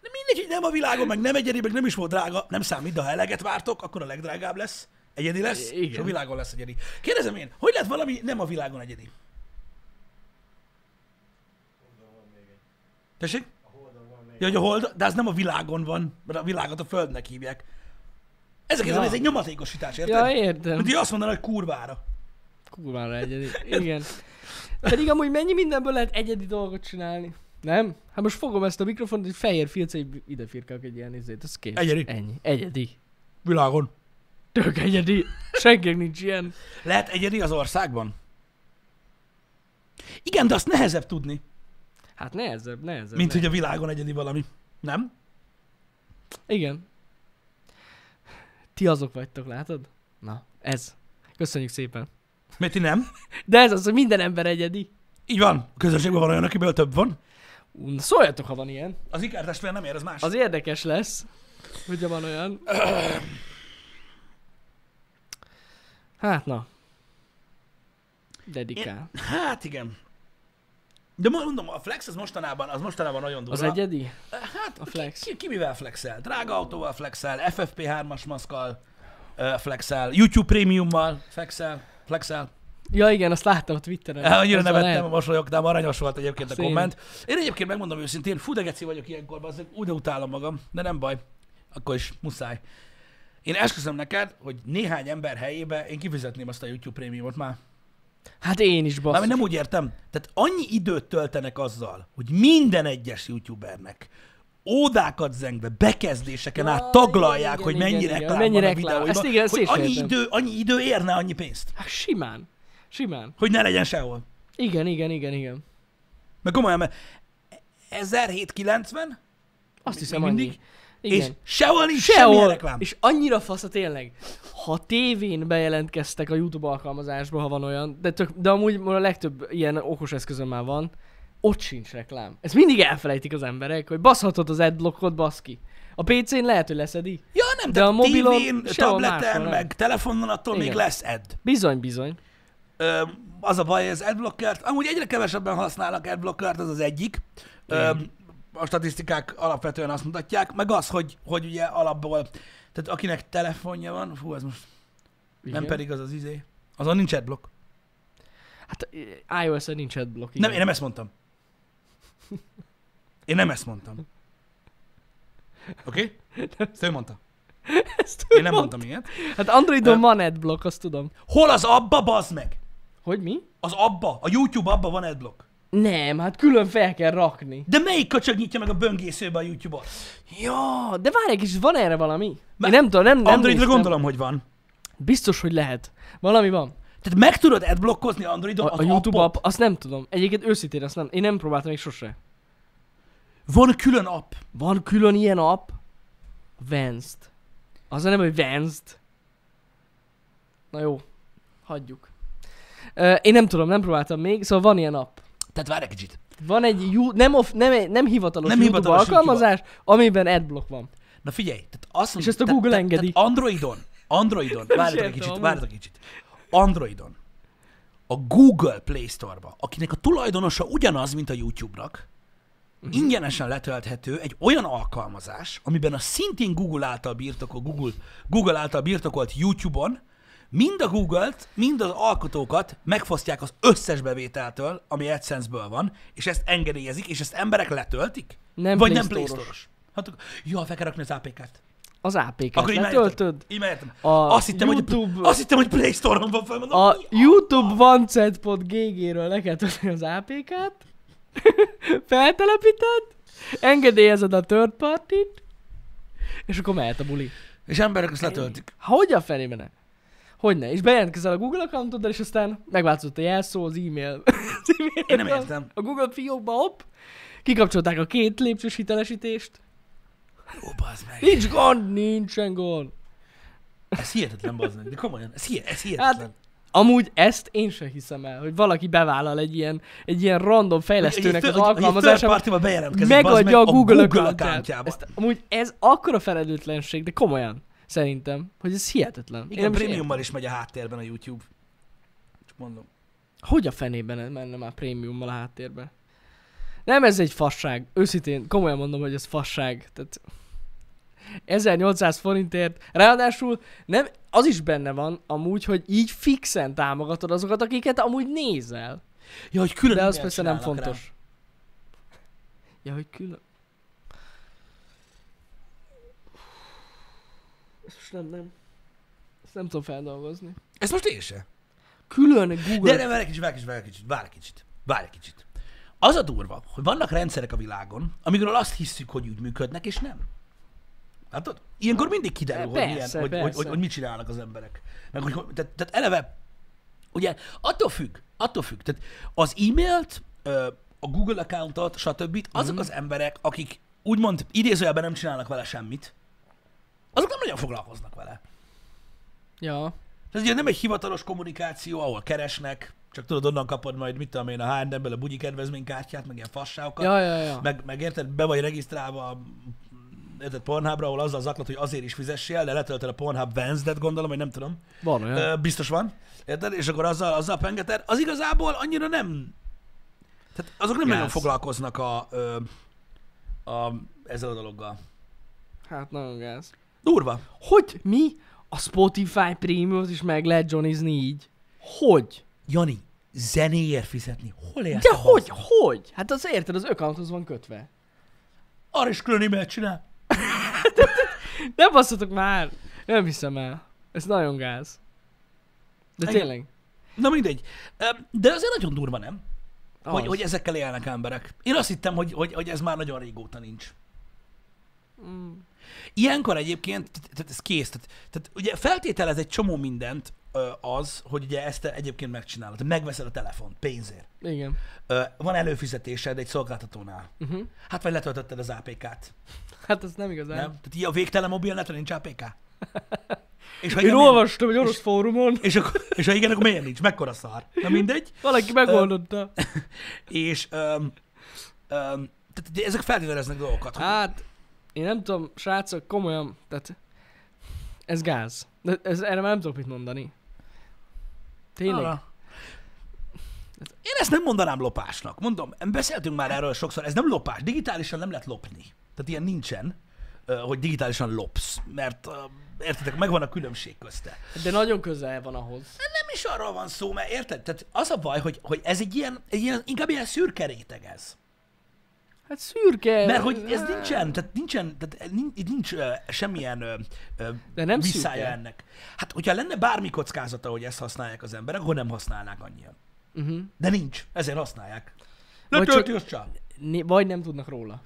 [SPEAKER 2] De mindegy, hogy nem a világon, meg nem egyedi, meg nem is volt drága, nem számít, de ha eleget vártok, akkor a legdrágább lesz, egyedi lesz,
[SPEAKER 1] I- igen.
[SPEAKER 2] és a világon lesz egyedi. Kérdezem én, hogy lehet valami nem a világon egyedi? Tessék? Ja, hogy a hold, de az nem a világon van, mert a világot a Földnek hívják. Ezek ja.
[SPEAKER 1] Ja.
[SPEAKER 2] ez egy nyomatékosítás, érted?
[SPEAKER 1] Ja,
[SPEAKER 2] Ja,
[SPEAKER 1] értem.
[SPEAKER 2] Mint így azt mondanak, hogy kurvára.
[SPEAKER 1] Kurvára egyedi. Igen. Pedig amúgy mennyi mindenből lehet egyedi dolgot csinálni? Nem? Hát most fogom ezt a mikrofont, egy fehér filc, egy ide firkálok egy ilyen izét, ez kész.
[SPEAKER 2] Egyedi.
[SPEAKER 1] Ennyi. Egyedi.
[SPEAKER 2] Világon.
[SPEAKER 1] Tök egyedi. Senkinek nincs ilyen.
[SPEAKER 2] Lehet egyedi az országban? Igen, de azt nehezebb tudni,
[SPEAKER 1] Hát nehezebb, nehezebb.
[SPEAKER 2] mint hogy
[SPEAKER 1] nehezebb.
[SPEAKER 2] a világon egyedi valami. Nem?
[SPEAKER 1] Igen. Ti azok vagytok, látod? Na, ez. Köszönjük szépen.
[SPEAKER 2] Mert ti nem.
[SPEAKER 1] De ez az, hogy minden ember egyedi.
[SPEAKER 2] Így van. A közösségben van olyan, akiből több van.
[SPEAKER 1] Ú, na Szóljatok, ha van ilyen.
[SPEAKER 2] Az ikártestvér nem ér, az más.
[SPEAKER 1] Az érdekes lesz, hogyha van olyan. Hát na. Dedikál.
[SPEAKER 2] Hát igen. De mondom, a flex az mostanában, az mostanában nagyon durva.
[SPEAKER 1] Az egyedi?
[SPEAKER 2] Hát
[SPEAKER 1] A flex.
[SPEAKER 2] Ki, ki mivel flexel? Drága autóval flexel, FFP3-as maszkkal ö, flexel, YouTube prémiummal flexel, flexel.
[SPEAKER 1] Ja igen, azt láttam a Twitteren.
[SPEAKER 2] Eh, Annyira
[SPEAKER 1] Azzal
[SPEAKER 2] nevettem,
[SPEAKER 1] lehet.
[SPEAKER 2] mosolyogtam, aranyos volt egyébként a
[SPEAKER 1] Szép.
[SPEAKER 2] komment. Én egyébként megmondom őszintén, fú de geci vagyok ilyenkor, bazzeg, úgy utálom magam, de nem baj, akkor is muszáj. Én esküszöm neked, hogy néhány ember helyébe én kifizetném azt a YouTube prémiumot már.
[SPEAKER 1] Hát én is, basszus.
[SPEAKER 2] Mármint nem úgy értem. Tehát annyi időt töltenek azzal, hogy minden egyes youtubernek ódákat zengve, bekezdéseken
[SPEAKER 1] Ja,
[SPEAKER 2] át taglalják,
[SPEAKER 1] igen,
[SPEAKER 2] hogy
[SPEAKER 1] igen,
[SPEAKER 2] mennyi
[SPEAKER 1] igen.
[SPEAKER 2] reklám
[SPEAKER 1] Mennyi
[SPEAKER 2] van a
[SPEAKER 1] reklám.
[SPEAKER 2] videóiban,
[SPEAKER 1] Ezt igen, ezt
[SPEAKER 2] hogy
[SPEAKER 1] én sem
[SPEAKER 2] annyi
[SPEAKER 1] értem.
[SPEAKER 2] idő, annyi idő érne annyi pénzt,
[SPEAKER 1] Hát simán. Simán.
[SPEAKER 2] hogy ne legyen sehol.
[SPEAKER 1] Igen, igen, igen, igen.
[SPEAKER 2] Meg komolyan, mert 1790,
[SPEAKER 1] Azt hiszem
[SPEAKER 2] mindig?
[SPEAKER 1] annyi. Igen.
[SPEAKER 2] és sehol nincs semmilyen
[SPEAKER 1] Sehol.
[SPEAKER 2] reklám.
[SPEAKER 1] És annyira fasz a tényleg. Ha tévén bejelentkeztek a YouTube alkalmazásba, ha van olyan, de, tök, de amúgy a legtöbb ilyen okos eszközön már van, ott sincs reklám. Ezt mindig elfelejtik az emberek, hogy baszhatod az adblockot, basz ki. A PC-n lehet, hogy leszedi.
[SPEAKER 2] Ja nem, de,
[SPEAKER 1] De
[SPEAKER 2] de
[SPEAKER 1] a
[SPEAKER 2] a
[SPEAKER 1] mobilon
[SPEAKER 2] tévén,
[SPEAKER 1] sehol
[SPEAKER 2] tableten,
[SPEAKER 1] máshol nem.
[SPEAKER 2] meg telefonon attól még
[SPEAKER 1] Igen.
[SPEAKER 2] lesz ad.
[SPEAKER 1] Bizony, bizony.
[SPEAKER 2] Ö, az a baj, hogy az adblockert, amúgy egyre kevesebben használnak adblockert, az az egyik. Ö, a statisztikák alapvetően azt mutatják, meg az, hogy, hogy ugye alapból, tehát akinek telefonja van, fú, ez most Igen.
[SPEAKER 1] Igen.
[SPEAKER 2] nem pedig az az izé, azon nincs adblock.
[SPEAKER 1] Hát eh, iOS-en nincs adblock.
[SPEAKER 2] Nem, én nem ezt mondtam. Én nem ezt mondtam. Oké? Okay? Ezt ő mondta.
[SPEAKER 1] Ezt ő
[SPEAKER 2] Én nem
[SPEAKER 1] mondta.
[SPEAKER 2] mondtam ilyet.
[SPEAKER 1] Hát Androidon
[SPEAKER 2] Ö-
[SPEAKER 1] van adblock, azt tudom.
[SPEAKER 2] Hol az abba, bazd meg?
[SPEAKER 1] Hogy mi?
[SPEAKER 2] Az abba, a YouTube abba van adblock.
[SPEAKER 1] Nem, hát külön fel kell rakni.
[SPEAKER 2] De melyik köcsög nyitja meg a böngészőbe a YouTube-ot?
[SPEAKER 1] Ja, de várj egy kicsit, van erre valami?
[SPEAKER 2] Már-
[SPEAKER 1] Én nem tudom, nem, nem
[SPEAKER 2] Androidra
[SPEAKER 1] néztem.
[SPEAKER 2] gondolom, hogy van.
[SPEAKER 1] Biztos, hogy lehet. Valami van.
[SPEAKER 2] Tehát meg tudod adblockozni Androidon
[SPEAKER 1] A,
[SPEAKER 2] az
[SPEAKER 1] a YouTube
[SPEAKER 2] appot?
[SPEAKER 1] app, azt nem tudom. Egyébként őszintén azt nem, én nem próbáltam még sose.
[SPEAKER 2] Van külön app.
[SPEAKER 1] Van külön ilyen app? Venst. Az a nem, hogy Venst. Na jó, hagyjuk. Ö, én nem tudom, nem próbáltam még, szóval van ilyen app.
[SPEAKER 2] Tehát várj egy kicsit.
[SPEAKER 1] Van egy ju- nem, off, nem, nem hivatalos
[SPEAKER 2] Nem
[SPEAKER 1] nem YouTube
[SPEAKER 2] hivatalos YouTube
[SPEAKER 1] alkalmazás, amiben adblock van.
[SPEAKER 2] Na figyelj, tehát azt
[SPEAKER 1] És ezt a Google
[SPEAKER 2] tehát-
[SPEAKER 1] engedi.
[SPEAKER 2] Tehát Androidon, Androidon, várjatok egy
[SPEAKER 1] értem,
[SPEAKER 2] kicsit,
[SPEAKER 1] amúgy.
[SPEAKER 2] várjatok egy kicsit. Androidon, a Google Play Store-ba, akinek a tulajdonosa ugyanaz, mint a YouTube-nak, ingyenesen letölthető egy olyan alkalmazás, amiben a szintén Google által birtokolt, Google, Google által birtokolt YouTube-on Mind a Google-t, mind az alkotókat megfosztják az összes bevételtől, ami AdSense-ből van, és ezt engedélyezik, és ezt emberek letöltik?
[SPEAKER 1] Nem
[SPEAKER 2] Vagy
[SPEAKER 1] Play
[SPEAKER 2] nem Play
[SPEAKER 1] Store-os.
[SPEAKER 2] Store-os? Hát, ak- ja, fel kell rakni az APK-t.
[SPEAKER 1] Az APK-t
[SPEAKER 2] Akkor imádtam.
[SPEAKER 1] letöltöd.
[SPEAKER 2] Imádtam.
[SPEAKER 1] A
[SPEAKER 2] Azt hittem,
[SPEAKER 1] YouTube-
[SPEAKER 2] hogy, azt hittem, hogy Play Store-on van fel, mondom,
[SPEAKER 1] A YouTube oneset.gg-ről le kell tölteni az APK-t, feltelepíted, engedélyezed a third party-t, és akkor mehet a buli.
[SPEAKER 2] És emberek ezt letöltik.
[SPEAKER 1] Ha hogy a fenébe ne? Hogyne? És bejelentkezel a Google accountoddal, és aztán megváltozott a jelszó, az e-mail. Az e-mail
[SPEAKER 2] Én nem értem.
[SPEAKER 1] A Google fiókba, hopp, kikapcsolták a két lépcsős hitelesítést.
[SPEAKER 2] Ó, bazd meg.
[SPEAKER 1] Nincs gond, nincsen gond.
[SPEAKER 2] Ez hihetetlen, bazd meg. De komolyan, ez, hihet, ez hihetetlen.
[SPEAKER 1] Hát, amúgy ezt én sem hiszem el, hogy valaki bevállal egy ilyen, egy ilyen random fejlesztőnek az alkalmazását,
[SPEAKER 2] alkalmazásában bejelentkezik, Hát bazd meg,
[SPEAKER 1] megadja a Google, Google
[SPEAKER 2] accountjába.
[SPEAKER 1] accountját. Amúgy ez akkora felelőtlenség, de komolyan, szerintem, hogy ez hihetetlen.
[SPEAKER 2] Igen,
[SPEAKER 1] is
[SPEAKER 2] prémiummal is megy a háttérben a YouTube. Csak mondom.
[SPEAKER 1] Hogy a fenében menne már prémiummal a háttérbe? Nem, ez egy fasság. Őszintén, komolyan mondom, hogy ez fasság. Tehát 1800 forintért. Ráadásul nem, az is benne van amúgy, hogy így fixen támogatod azokat, akiket amúgy nézel.
[SPEAKER 2] Ja, hogy külön
[SPEAKER 1] De az
[SPEAKER 2] e-mailt
[SPEAKER 1] persze nem
[SPEAKER 2] csinálnak rá.
[SPEAKER 1] fontos. Ja, hogy külön... Ezt most nem, nem. Ezt nem tudom feldolgozni.
[SPEAKER 2] Ez most én se.
[SPEAKER 1] Külön Google...
[SPEAKER 2] De nem, várj egy kicsit, várj egy kicsit, várj egy kicsit, várj egy kicsit. Várj egy kicsit. Az a durva, hogy vannak rendszerek a világon, amikről azt hiszük, hogy úgy működnek, és nem. Látod? Ilyenkor mindig kiderül, hogy,
[SPEAKER 1] Persze,
[SPEAKER 2] milyen, hogy, Hogy,
[SPEAKER 1] persze.
[SPEAKER 2] hogy, hogy mit csinálnak az emberek. Meg hogy, hogy- tehát, tehát eleve, ugye, attól függ, attól függ. Tehát az e-mailt, ö, a Google accountot, stb. azok
[SPEAKER 1] Mhm.
[SPEAKER 2] az emberek, akik úgymond idézőjelben nem csinálnak vele semmit, azok nem nagyon foglalkoznak vele.
[SPEAKER 1] Ja.
[SPEAKER 2] Ez ugye nem egy hivatalos kommunikáció, ahol keresnek, csak tudod, onnan kapod majd, mit tudom én, a H&M-ből a bugyi kedvezménykártyát, meg ilyen fasságokat.
[SPEAKER 1] Ja, ja, ja.
[SPEAKER 2] Meg, meg érted, be vagy regisztrálva a érted, Pornhubra, ahol azzal zaklat, hogy azért is fizessél, de letöltöd a Pornhub Wednesday-t, gondolom, vagy nem tudom.
[SPEAKER 1] Van olyan.
[SPEAKER 2] Ö, biztos van. Érted? És akkor azzal, azzal pengeted. Az igazából annyira nem... Tehát azok nem
[SPEAKER 1] Gáz.
[SPEAKER 2] nagyon foglalkoznak a, ö, a, ezzel a dologgal.
[SPEAKER 1] Hát nagyon gáz.
[SPEAKER 2] Durva.
[SPEAKER 1] Hogy mi a Spotify Premium-ot is meg lehet johnizni így? Hogy?
[SPEAKER 2] Jani, zenéért fizetni. Hol
[SPEAKER 1] De
[SPEAKER 2] érte
[SPEAKER 1] ja, hogy? Hogy? Hát az érted, az accounthoz van kötve.
[SPEAKER 2] Arra is külön e-mailt csinál.
[SPEAKER 1] Nem basszatok már! Nem hiszem el. Ez nagyon gáz. De
[SPEAKER 2] Igen.
[SPEAKER 1] tényleg.
[SPEAKER 2] Na mindegy. Öm, De azért nagyon durva, nem?
[SPEAKER 1] Az.
[SPEAKER 2] Hogy, hogy ezekkel élnek emberek. Én azt hittem, hogy, hogy, hogy ez már nagyon régóta nincs.
[SPEAKER 1] Mm.
[SPEAKER 2] Ilyenkor egyébként, tehát- tehát ez kész. Tehát, tehát ugye feltételez egy csomó mindent ö, az, hogy ugye ezt te egyébként megcsinálod. Te Megveszed a telefon pénzért.
[SPEAKER 1] Igen.
[SPEAKER 2] Ö, Van előfizetésed egy szolgáltatónál.
[SPEAKER 1] Uh-huh.
[SPEAKER 2] Hát vagy letöltötted az APK-t.
[SPEAKER 1] Hát ez nem igazán.
[SPEAKER 2] Nem? Tehát így a végtelen mobilneten nincs APK. És ha
[SPEAKER 1] Én
[SPEAKER 2] igen,
[SPEAKER 1] olvastam egy orosz fórumon,
[SPEAKER 2] És, akkor, és ha igen, akkor milyen nincs? Mekkora szar? Na mindegy.
[SPEAKER 1] valaki megoldotta.
[SPEAKER 2] És öm, öm, tehát ugye ezek feltételeznek dolgokat. hogy-
[SPEAKER 1] Hát, én nem tudom, srácok, komolyan, tehát ez gáz. De ez, erre már nem tudok mit mondani. Tényleg?
[SPEAKER 2] Arra. Hát Én ezt nem mondanám lopásnak. Mondom, beszéltünk már erről sokszor, ez nem lopás. Digitálisan nem lehet lopni. Tehát ilyen nincsen, ö, hogy digitálisan lopsz. Mert ö, értitek, megvan a különbség közte.
[SPEAKER 1] De nagyon közel van ahhoz.
[SPEAKER 2] Nem is arról van szó, mert érted? Tehát az a baj, hogy, hogy ez egy ilyen, egy ilyen, inkább ilyen szürke réteg ez.
[SPEAKER 1] Hát szürke.
[SPEAKER 2] Mert hogy ez nincsen, tehát nincsen, tehát eh, nincs, itt nincs ö, semmilyen ö, ö,
[SPEAKER 1] De nem
[SPEAKER 2] visszája
[SPEAKER 1] szürke.
[SPEAKER 2] ennek. Hát, hogyha lenne bármi kockázata, hogy ezt használják az emberek, akkor nem használnák annyian.
[SPEAKER 1] Uh-huh.
[SPEAKER 2] De nincs, ezért használják.
[SPEAKER 1] Vagy
[SPEAKER 2] Letölti,
[SPEAKER 1] csak-
[SPEAKER 2] azt csak...
[SPEAKER 1] Né- vagy nem tudnak róla.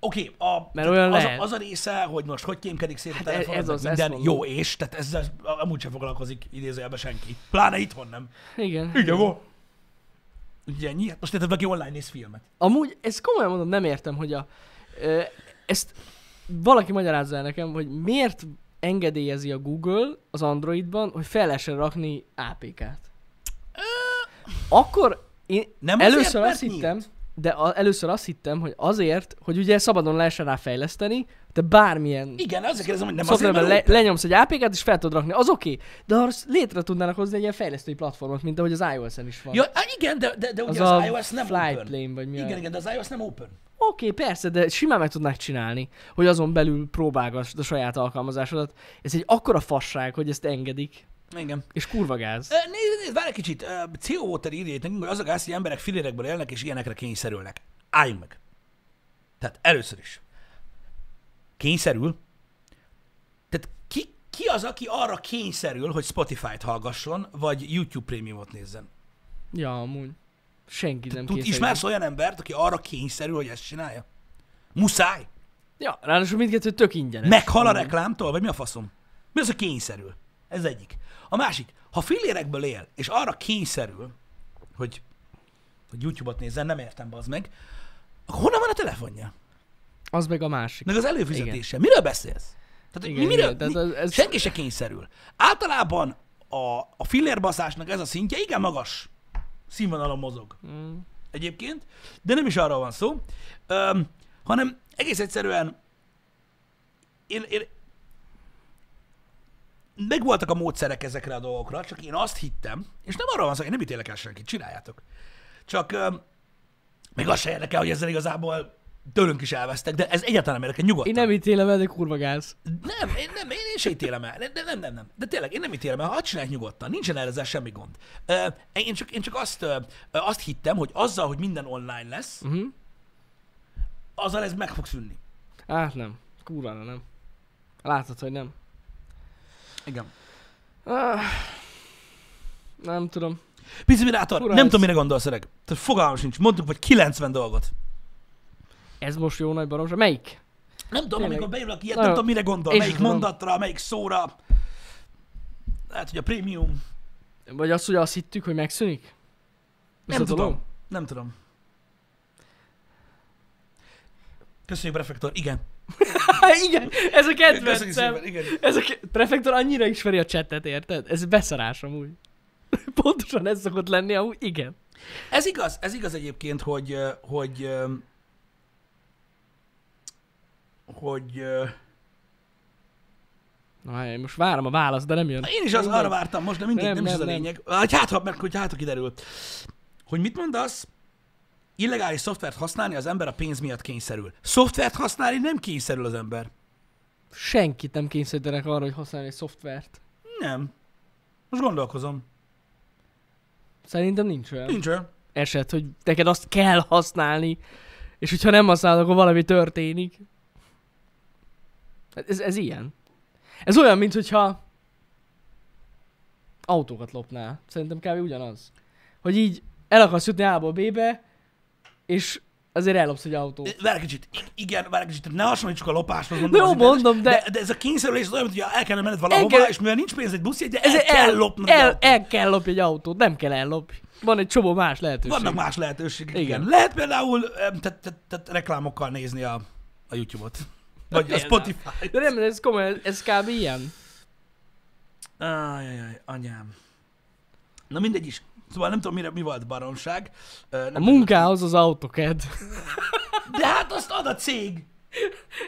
[SPEAKER 2] Oké, a,
[SPEAKER 1] Mert olyan
[SPEAKER 2] az, a,
[SPEAKER 1] lehet.
[SPEAKER 2] az a része, hogy most hogy kémkedik szét a
[SPEAKER 1] Hát
[SPEAKER 2] telefon,
[SPEAKER 1] ez
[SPEAKER 2] ez az,
[SPEAKER 1] az, ezt
[SPEAKER 2] minden
[SPEAKER 1] mondom.
[SPEAKER 2] jó és, tehát ezzel amúgy sem foglalkozik idézőjelben senki. Pláne itthon nem.
[SPEAKER 1] Igen.
[SPEAKER 2] Igen, van. Ugye ennyi? Hát Most érted, aki online néz filmet.
[SPEAKER 1] Amúgy, ezt komolyan mondom, nem értem, hogy a... Ö, ezt valaki magyarázza el nekem, hogy miért engedélyezi a Google az Androidban, hogy fel lehessen rakni APK-t. Akkor én
[SPEAKER 2] Nem azért,
[SPEAKER 1] először
[SPEAKER 2] mert
[SPEAKER 1] azt
[SPEAKER 2] nyílt.
[SPEAKER 1] hittem, de a, először azt hittem, hogy azért, hogy ugye szabadon lehessen rá fejleszteni, de bármilyen
[SPEAKER 2] Igen, azért kérdezem, hogy nem azért,
[SPEAKER 1] szoftverben
[SPEAKER 2] mert
[SPEAKER 1] Szóval le,
[SPEAKER 2] open.
[SPEAKER 1] lenyomsz egy APK-t, és fel tudod rakni, az oké, okay, de arra létre tudnának hozni egy ilyen fejlesztői platformot, mint ahogy az iOS-en is van.
[SPEAKER 2] Ja, hát igen, de, de, de ugye
[SPEAKER 1] az
[SPEAKER 2] az,
[SPEAKER 1] a
[SPEAKER 2] iOS nem
[SPEAKER 1] flight
[SPEAKER 2] open.
[SPEAKER 1] lane, vagy mi a-
[SPEAKER 2] Igen, igen, de az iOS nem open.
[SPEAKER 1] Oké, okay, persze, de simán meg tudnák csinálni, hogy azon belül próbálgass a saját alkalmazásodat. Ez egy akkora fasság, hogy ezt engedik.
[SPEAKER 2] Igen.
[SPEAKER 1] És kurva gáz.
[SPEAKER 2] Ö, Nézd, nézd, várj egy kicsit. Ö, CO Water írja itt nekünk, hogy az a gáz, hogy emberek filérekből élnek, és ilyenekre kényszerülnek. Álljunk meg. Tehát először is. Kényszerül. Tehát ki, ki az, aki arra kényszerül, hogy Spotify-t hallgasson, vagy YouTube Premiumot nézzen?
[SPEAKER 1] Ja, amúgy. Senki
[SPEAKER 2] Tud,
[SPEAKER 1] nem kényszerül.
[SPEAKER 2] ismersz olyan embert, aki arra kényszerül, hogy ezt csinálja? Muszáj?
[SPEAKER 1] Ja, ráadásul mindkettő tök ingyenes.
[SPEAKER 2] Meghal a
[SPEAKER 1] Amúgy.
[SPEAKER 2] reklámtól, vagy mi a faszom? Mi az, hogy kényszerül? Ez egyik. A másik, ha fillérekből él, és arra kényszerül, hogy, hogy YouTube-ot nézzen, nem értem az meg, akkor honnan van a telefonja?
[SPEAKER 1] Az meg a másik.
[SPEAKER 2] Meg az előfizetése. Miről beszélsz? Tehát,
[SPEAKER 1] Igen,
[SPEAKER 2] igen, mi, miről,
[SPEAKER 1] igen, tehát
[SPEAKER 2] mi,
[SPEAKER 1] az- ez-
[SPEAKER 2] Senki se kényszerül. Általában a, a fillérbaszásnak ez a szintje igen magas színvonalon mozog
[SPEAKER 1] Mm.
[SPEAKER 2] egyébként, de nem is arról van szó, öm, hanem egész egyszerűen én, én megvoltak a módszerek ezekre a dolgokra, csak én azt hittem, és nem arról van szó, én nem ítélek el senkit, csináljátok. Csak öm, még az se érdekel, hogy ezzel igazából tőlünk is elvesztek, de ez egyáltalán nem érdekel, nyugodtan.
[SPEAKER 1] Én nem ítélem el, de kurva gáz.
[SPEAKER 2] Nem, én nem, én, én se ítélem el. De nem, nem, nem. De tényleg, én nem ítélem el, hadd csinálják nyugodtan. Nincsen el ezzel semmi gond. Ö, Én csak, én csak azt, ö, ö, azt hittem, hogy azzal, hogy minden online lesz,
[SPEAKER 1] Mhm.
[SPEAKER 2] azzal ez meg fog szűnni.
[SPEAKER 1] Hát nem. Kurvára nem. Látod, hogy nem.
[SPEAKER 2] Igen.
[SPEAKER 1] Ah, nem tudom.
[SPEAKER 2] Pizivirátor,
[SPEAKER 1] Fura
[SPEAKER 2] nem
[SPEAKER 1] ez.
[SPEAKER 2] tudom, mire gondolsz, öreg. Tehát fogalmam sincs. Mondtuk, vagy 90 dolgot.
[SPEAKER 1] Ez most jó nagy baromság. Melyik?
[SPEAKER 2] Nem tudom,
[SPEAKER 1] Tényleg.
[SPEAKER 2] amikor beülök ilyet, nem
[SPEAKER 1] Nagyon-
[SPEAKER 2] tudom, mire gondol.
[SPEAKER 1] Én
[SPEAKER 2] melyik
[SPEAKER 1] sem tudom.
[SPEAKER 2] mondatra, melyik szóra. Lehet, hogy a prémium.
[SPEAKER 1] Vagy az, hogy azt hittük, hogy megszűnik? Ez
[SPEAKER 2] Nem
[SPEAKER 1] a dolog?
[SPEAKER 2] tudom. Nem tudom. Köszönjük, prefektor. Igen.
[SPEAKER 1] Há, igen, ez a
[SPEAKER 2] Köszönjük
[SPEAKER 1] kedvencem.
[SPEAKER 2] szépen. Igen.
[SPEAKER 1] Ez a ke- prefektor annyira ismeri a chattet, érted? Ez beszarás amúgy. Pontosan ez szokott lenni, amúgy igen.
[SPEAKER 2] Ez igaz, ez igaz egyébként, hogy, ö, hogy, ö, hogy ö,
[SPEAKER 1] Na, hát én most várom a választ, de nem jön.
[SPEAKER 2] én is az arra vártam most, de mindig nem,
[SPEAKER 1] Nem,
[SPEAKER 2] nem, nem is ez
[SPEAKER 1] nem,
[SPEAKER 2] a
[SPEAKER 1] nem.
[SPEAKER 2] lényeg. Hát hát, ha, mert hogy hát, ha kiderül. Hogy mit mondasz? Illegális szoftvert használni az ember a pénz miatt kényszerül. Szoftvert használni nem kényszerül az ember.
[SPEAKER 1] Senkit nem kényszerítenek arra, hogy használni egy szoftvert.
[SPEAKER 2] Nem. Most gondolkozom.
[SPEAKER 1] Szerintem nincs olyan
[SPEAKER 2] Nincs olyan.
[SPEAKER 1] eset, hogy neked azt kell használni, és hogyha nem használod, akkor valami történik. Hát Ez, ez ilyen. Ez olyan, mint hogyha autókat lopnál. Szerintem kb. ugyanaz. Hogy így el akarsz jutni A-ból B-be, és azért ellopsz egy autót.
[SPEAKER 2] Várj egy kicsit. I- igen, várj egy kicsit. Ne hasonlítsuk a lopáshoz. Mondom,
[SPEAKER 1] Jó,
[SPEAKER 2] az internetes.
[SPEAKER 1] mondom, de-
[SPEAKER 2] de... de... ez a kényszerülés az olyan, hogy el kellene menned valahova,
[SPEAKER 1] Igen.
[SPEAKER 2] és mivel nincs pénz egy buszjegy,
[SPEAKER 1] Ez
[SPEAKER 2] el, kell lopnod egy
[SPEAKER 1] el,
[SPEAKER 2] autót.
[SPEAKER 1] el kell lopni egy autót, nem kell ellopni. Van egy csomó más lehetőség.
[SPEAKER 2] Vannak más lehetőségek. Igen.
[SPEAKER 1] Igen.
[SPEAKER 2] igen. Lehet például em, tehát, tehát, tehát reklámokkal nézni a, a YouTube-ot. Vagy a
[SPEAKER 1] Például.
[SPEAKER 2] Spotify-t.
[SPEAKER 1] De nem, ez komolyan, ez kb. ilyen.
[SPEAKER 2] Ajajaj, anyám. Na mindegy is. Szóval nem tudom, mire, mi volt baromság. Ö,
[SPEAKER 1] A
[SPEAKER 2] Nem,
[SPEAKER 1] munkához az autoked.
[SPEAKER 2] de hát azt ad a cég,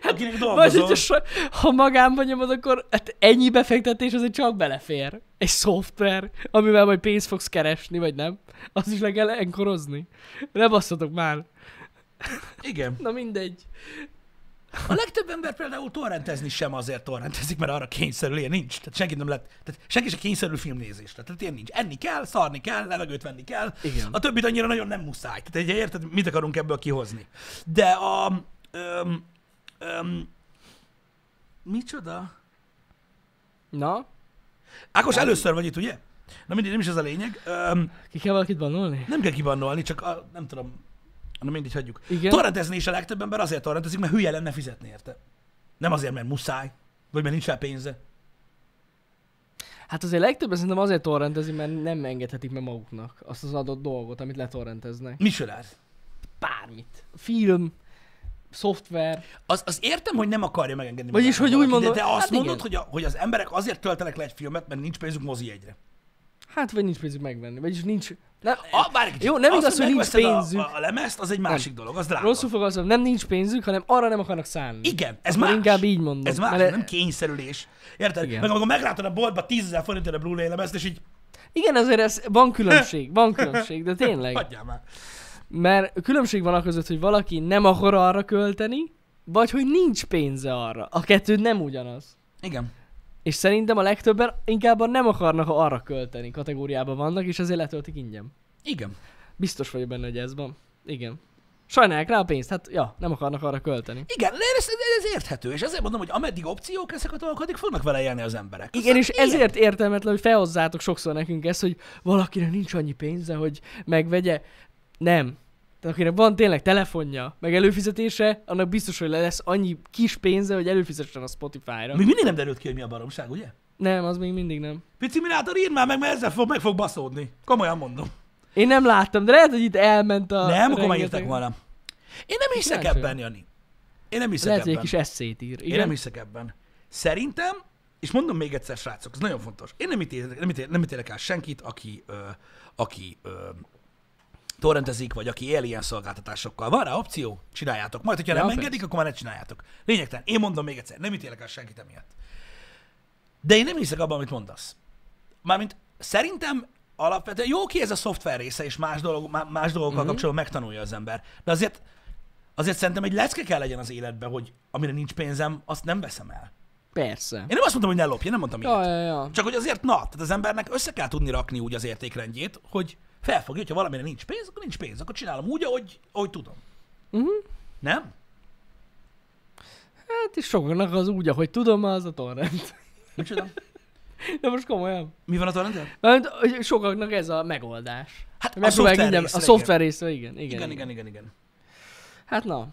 [SPEAKER 2] akinek
[SPEAKER 1] Vagy
[SPEAKER 2] dolgozol.
[SPEAKER 1] hogyha sa- ha magánban nyomod, akkor hát ennyi befektetés azért csak belefér. Egy szoftver, amivel majd pénzt fogsz keresni, vagy nem. Azt is le kell enkorozni. Ne basszatok már.
[SPEAKER 2] Igen.
[SPEAKER 1] Na mindegy.
[SPEAKER 2] A legtöbb ember például torrentezni sem azért torrentezik, mert arra kényszerül, ilyen nincs. Tehát senki nem lett, tehát senki sem kényszerül filmnézésre. Tehát ilyen nincs. Enni kell, szarni kell, levegőt venni kell.
[SPEAKER 1] Igen.
[SPEAKER 2] A többit annyira nagyon nem muszáj. Tehát egy érted, mit akarunk ebből kihozni. De a... Öm, öm, micsoda?
[SPEAKER 1] Na,
[SPEAKER 2] Ákos, először vagy itt, ugye? Na mindig nem is ez a lényeg. Öm,
[SPEAKER 1] ki kell valakit bannolni?
[SPEAKER 2] nem kell kibannolni, csak a, nem tudom. Na mindig hagyjuk.
[SPEAKER 1] Igen.
[SPEAKER 2] Torrentezni is a legtöbb ember azért torrentezik, mert hülye lenne fizetni érte. Nem azért, mert muszáj, vagy mert nincs rá pénze.
[SPEAKER 1] Hát azért legtöbben szerintem azért torrentezik, mert nem engedhetik meg maguknak azt az adott dolgot, amit letorrenteznek.
[SPEAKER 2] Micsodád?
[SPEAKER 1] Bármit. Film, szoftver.
[SPEAKER 2] Az, az értem, hogy nem akarja megengedni.
[SPEAKER 1] Vagyis,
[SPEAKER 2] magának
[SPEAKER 1] hogy úgy
[SPEAKER 2] valaki, de,
[SPEAKER 1] mondom-
[SPEAKER 2] de azt
[SPEAKER 1] hát igen.
[SPEAKER 2] mondod, hogy, a, hogy az emberek azért töltenek le egy filmet, mert nincs pénzük mozi jegyre.
[SPEAKER 1] Hát vagy nincs pénzük megvenni, vagyis nincs... Na,
[SPEAKER 2] A, bár egy kicsit.
[SPEAKER 1] Jó, nem
[SPEAKER 2] Azt,
[SPEAKER 1] igaz, hogy nincs
[SPEAKER 2] megveszed
[SPEAKER 1] pénzük.
[SPEAKER 2] A, a, a lemezt az egy másik dolog, az drága.
[SPEAKER 1] rosszul fogalmazom, nem nincs pénzük, hanem arra nem akarnak szállni.
[SPEAKER 2] Igen, ez
[SPEAKER 1] Akkor
[SPEAKER 2] más.
[SPEAKER 1] inkább így mondom.
[SPEAKER 2] Ez más,
[SPEAKER 1] Mert-
[SPEAKER 2] nem kényszerülés. Érted?
[SPEAKER 1] Igen.
[SPEAKER 2] Meg amikor meglátod a boltba 10 ezer forintért a Blu-ray lemezt, és így
[SPEAKER 1] Igen, azért ez, van különbség, van különbség, de tényleg.
[SPEAKER 2] hagyjál már.
[SPEAKER 1] Mert különbség van a között, hogy valaki nem akar arra költeni, vagy hogy nincs pénze arra. A kettő nem ugyanaz.
[SPEAKER 2] Igen.
[SPEAKER 1] És szerintem a legtöbben inkább a nem akarnak ha arra költeni kategóriában vannak, és ezért letöltik ingyen.
[SPEAKER 2] Igen.
[SPEAKER 1] Biztos vagyok benne, hogy ez van. Igen. Sajnálják rá a pénzt, hát ja, nem akarnak arra költeni.
[SPEAKER 2] Igen, de ez, de ez érthető, és ezért mondom, hogy ameddig opciók ezek a dolgok, addig fognak vele élni az emberek.
[SPEAKER 1] Igen, és ezért értelmetlen, hogy felhozzátok sokszor nekünk ezt, hogy valakinek nincs annyi pénze, hogy megvegye. Nem. Tehát akinek van tényleg telefonja, meg előfizetése, annak biztos, hogy lesz annyi kis pénze, hogy előfizessen a Spotify-ra.
[SPEAKER 2] Még mindig nem derült ki, hogy mi a baromság, ugye?
[SPEAKER 1] Nem, az még mindig nem.
[SPEAKER 2] Pici Minátor, írd már meg, mert ezzel fog, meg fog baszódni. Komolyan mondom.
[SPEAKER 1] Én nem láttam, de lehet, hogy itt elment
[SPEAKER 2] nem,
[SPEAKER 1] a...
[SPEAKER 2] akkor már
[SPEAKER 1] rengeteg-
[SPEAKER 2] írtak volna. Én nem hiszek
[SPEAKER 1] Kíváncsi
[SPEAKER 2] ebben, Jani. Én nem hiszek
[SPEAKER 1] Lehet, hogy egy
[SPEAKER 2] ebben.
[SPEAKER 1] kis eszét ír.
[SPEAKER 2] Én
[SPEAKER 1] Igen?
[SPEAKER 2] nem hiszek ebben. Szerintem, és mondom még egyszer, srácok, ez nagyon fontos. Én nem ítélek, nem ítélek, nem ítélek el senkit, aki, ö, aki ö, torrentezik, vagy aki él ilyen szolgáltatásokkal. Van rá opció? Csináljátok. Majd, hogyha
[SPEAKER 1] Ja,
[SPEAKER 2] nem
[SPEAKER 1] persze.
[SPEAKER 2] engedik, akkor már ne csináljátok. Lényegtelen. Én mondom még egyszer, nem ítélek el senkit emiatt. De én nem hiszek abban, amit mondasz. Mármint szerintem alapvetően jó ki ez a szoftver része, és más, dolog, má- más dolgokkal
[SPEAKER 1] Mhm.
[SPEAKER 2] mm-hmm. kapcsolatban megtanulja az ember. De azért, azért szerintem egy lecke kell legyen az életben, hogy amire nincs pénzem, azt nem veszem el.
[SPEAKER 1] Persze.
[SPEAKER 2] Én nem azt mondtam, hogy ne lopj, én nem mondtam ilyet.
[SPEAKER 1] Ja, ja, ja.
[SPEAKER 2] Csak hogy azért na, tehát az embernek össze kell tudni rakni úgy az értékrendjét, hogy felfogja, hogyha valamire nincs pénz, akkor nincs pénz, akkor csinálom úgy, ahogy, ahogy tudom.
[SPEAKER 1] Mhm.
[SPEAKER 2] Nem?
[SPEAKER 1] Hát is sokaknak az úgy, ahogy tudom, az a torrent.
[SPEAKER 2] Micsoda?
[SPEAKER 1] De most komolyan.
[SPEAKER 2] Mi van a torrenten?
[SPEAKER 1] Mert hogy sokaknak ez a megoldás.
[SPEAKER 2] Hát a
[SPEAKER 1] Megpróbálják
[SPEAKER 2] szoftver
[SPEAKER 1] ingyen,
[SPEAKER 2] része,
[SPEAKER 1] a szoftver részre, igen. Igen,
[SPEAKER 2] Igen, igen, igen, igen. igen.
[SPEAKER 1] Hát na.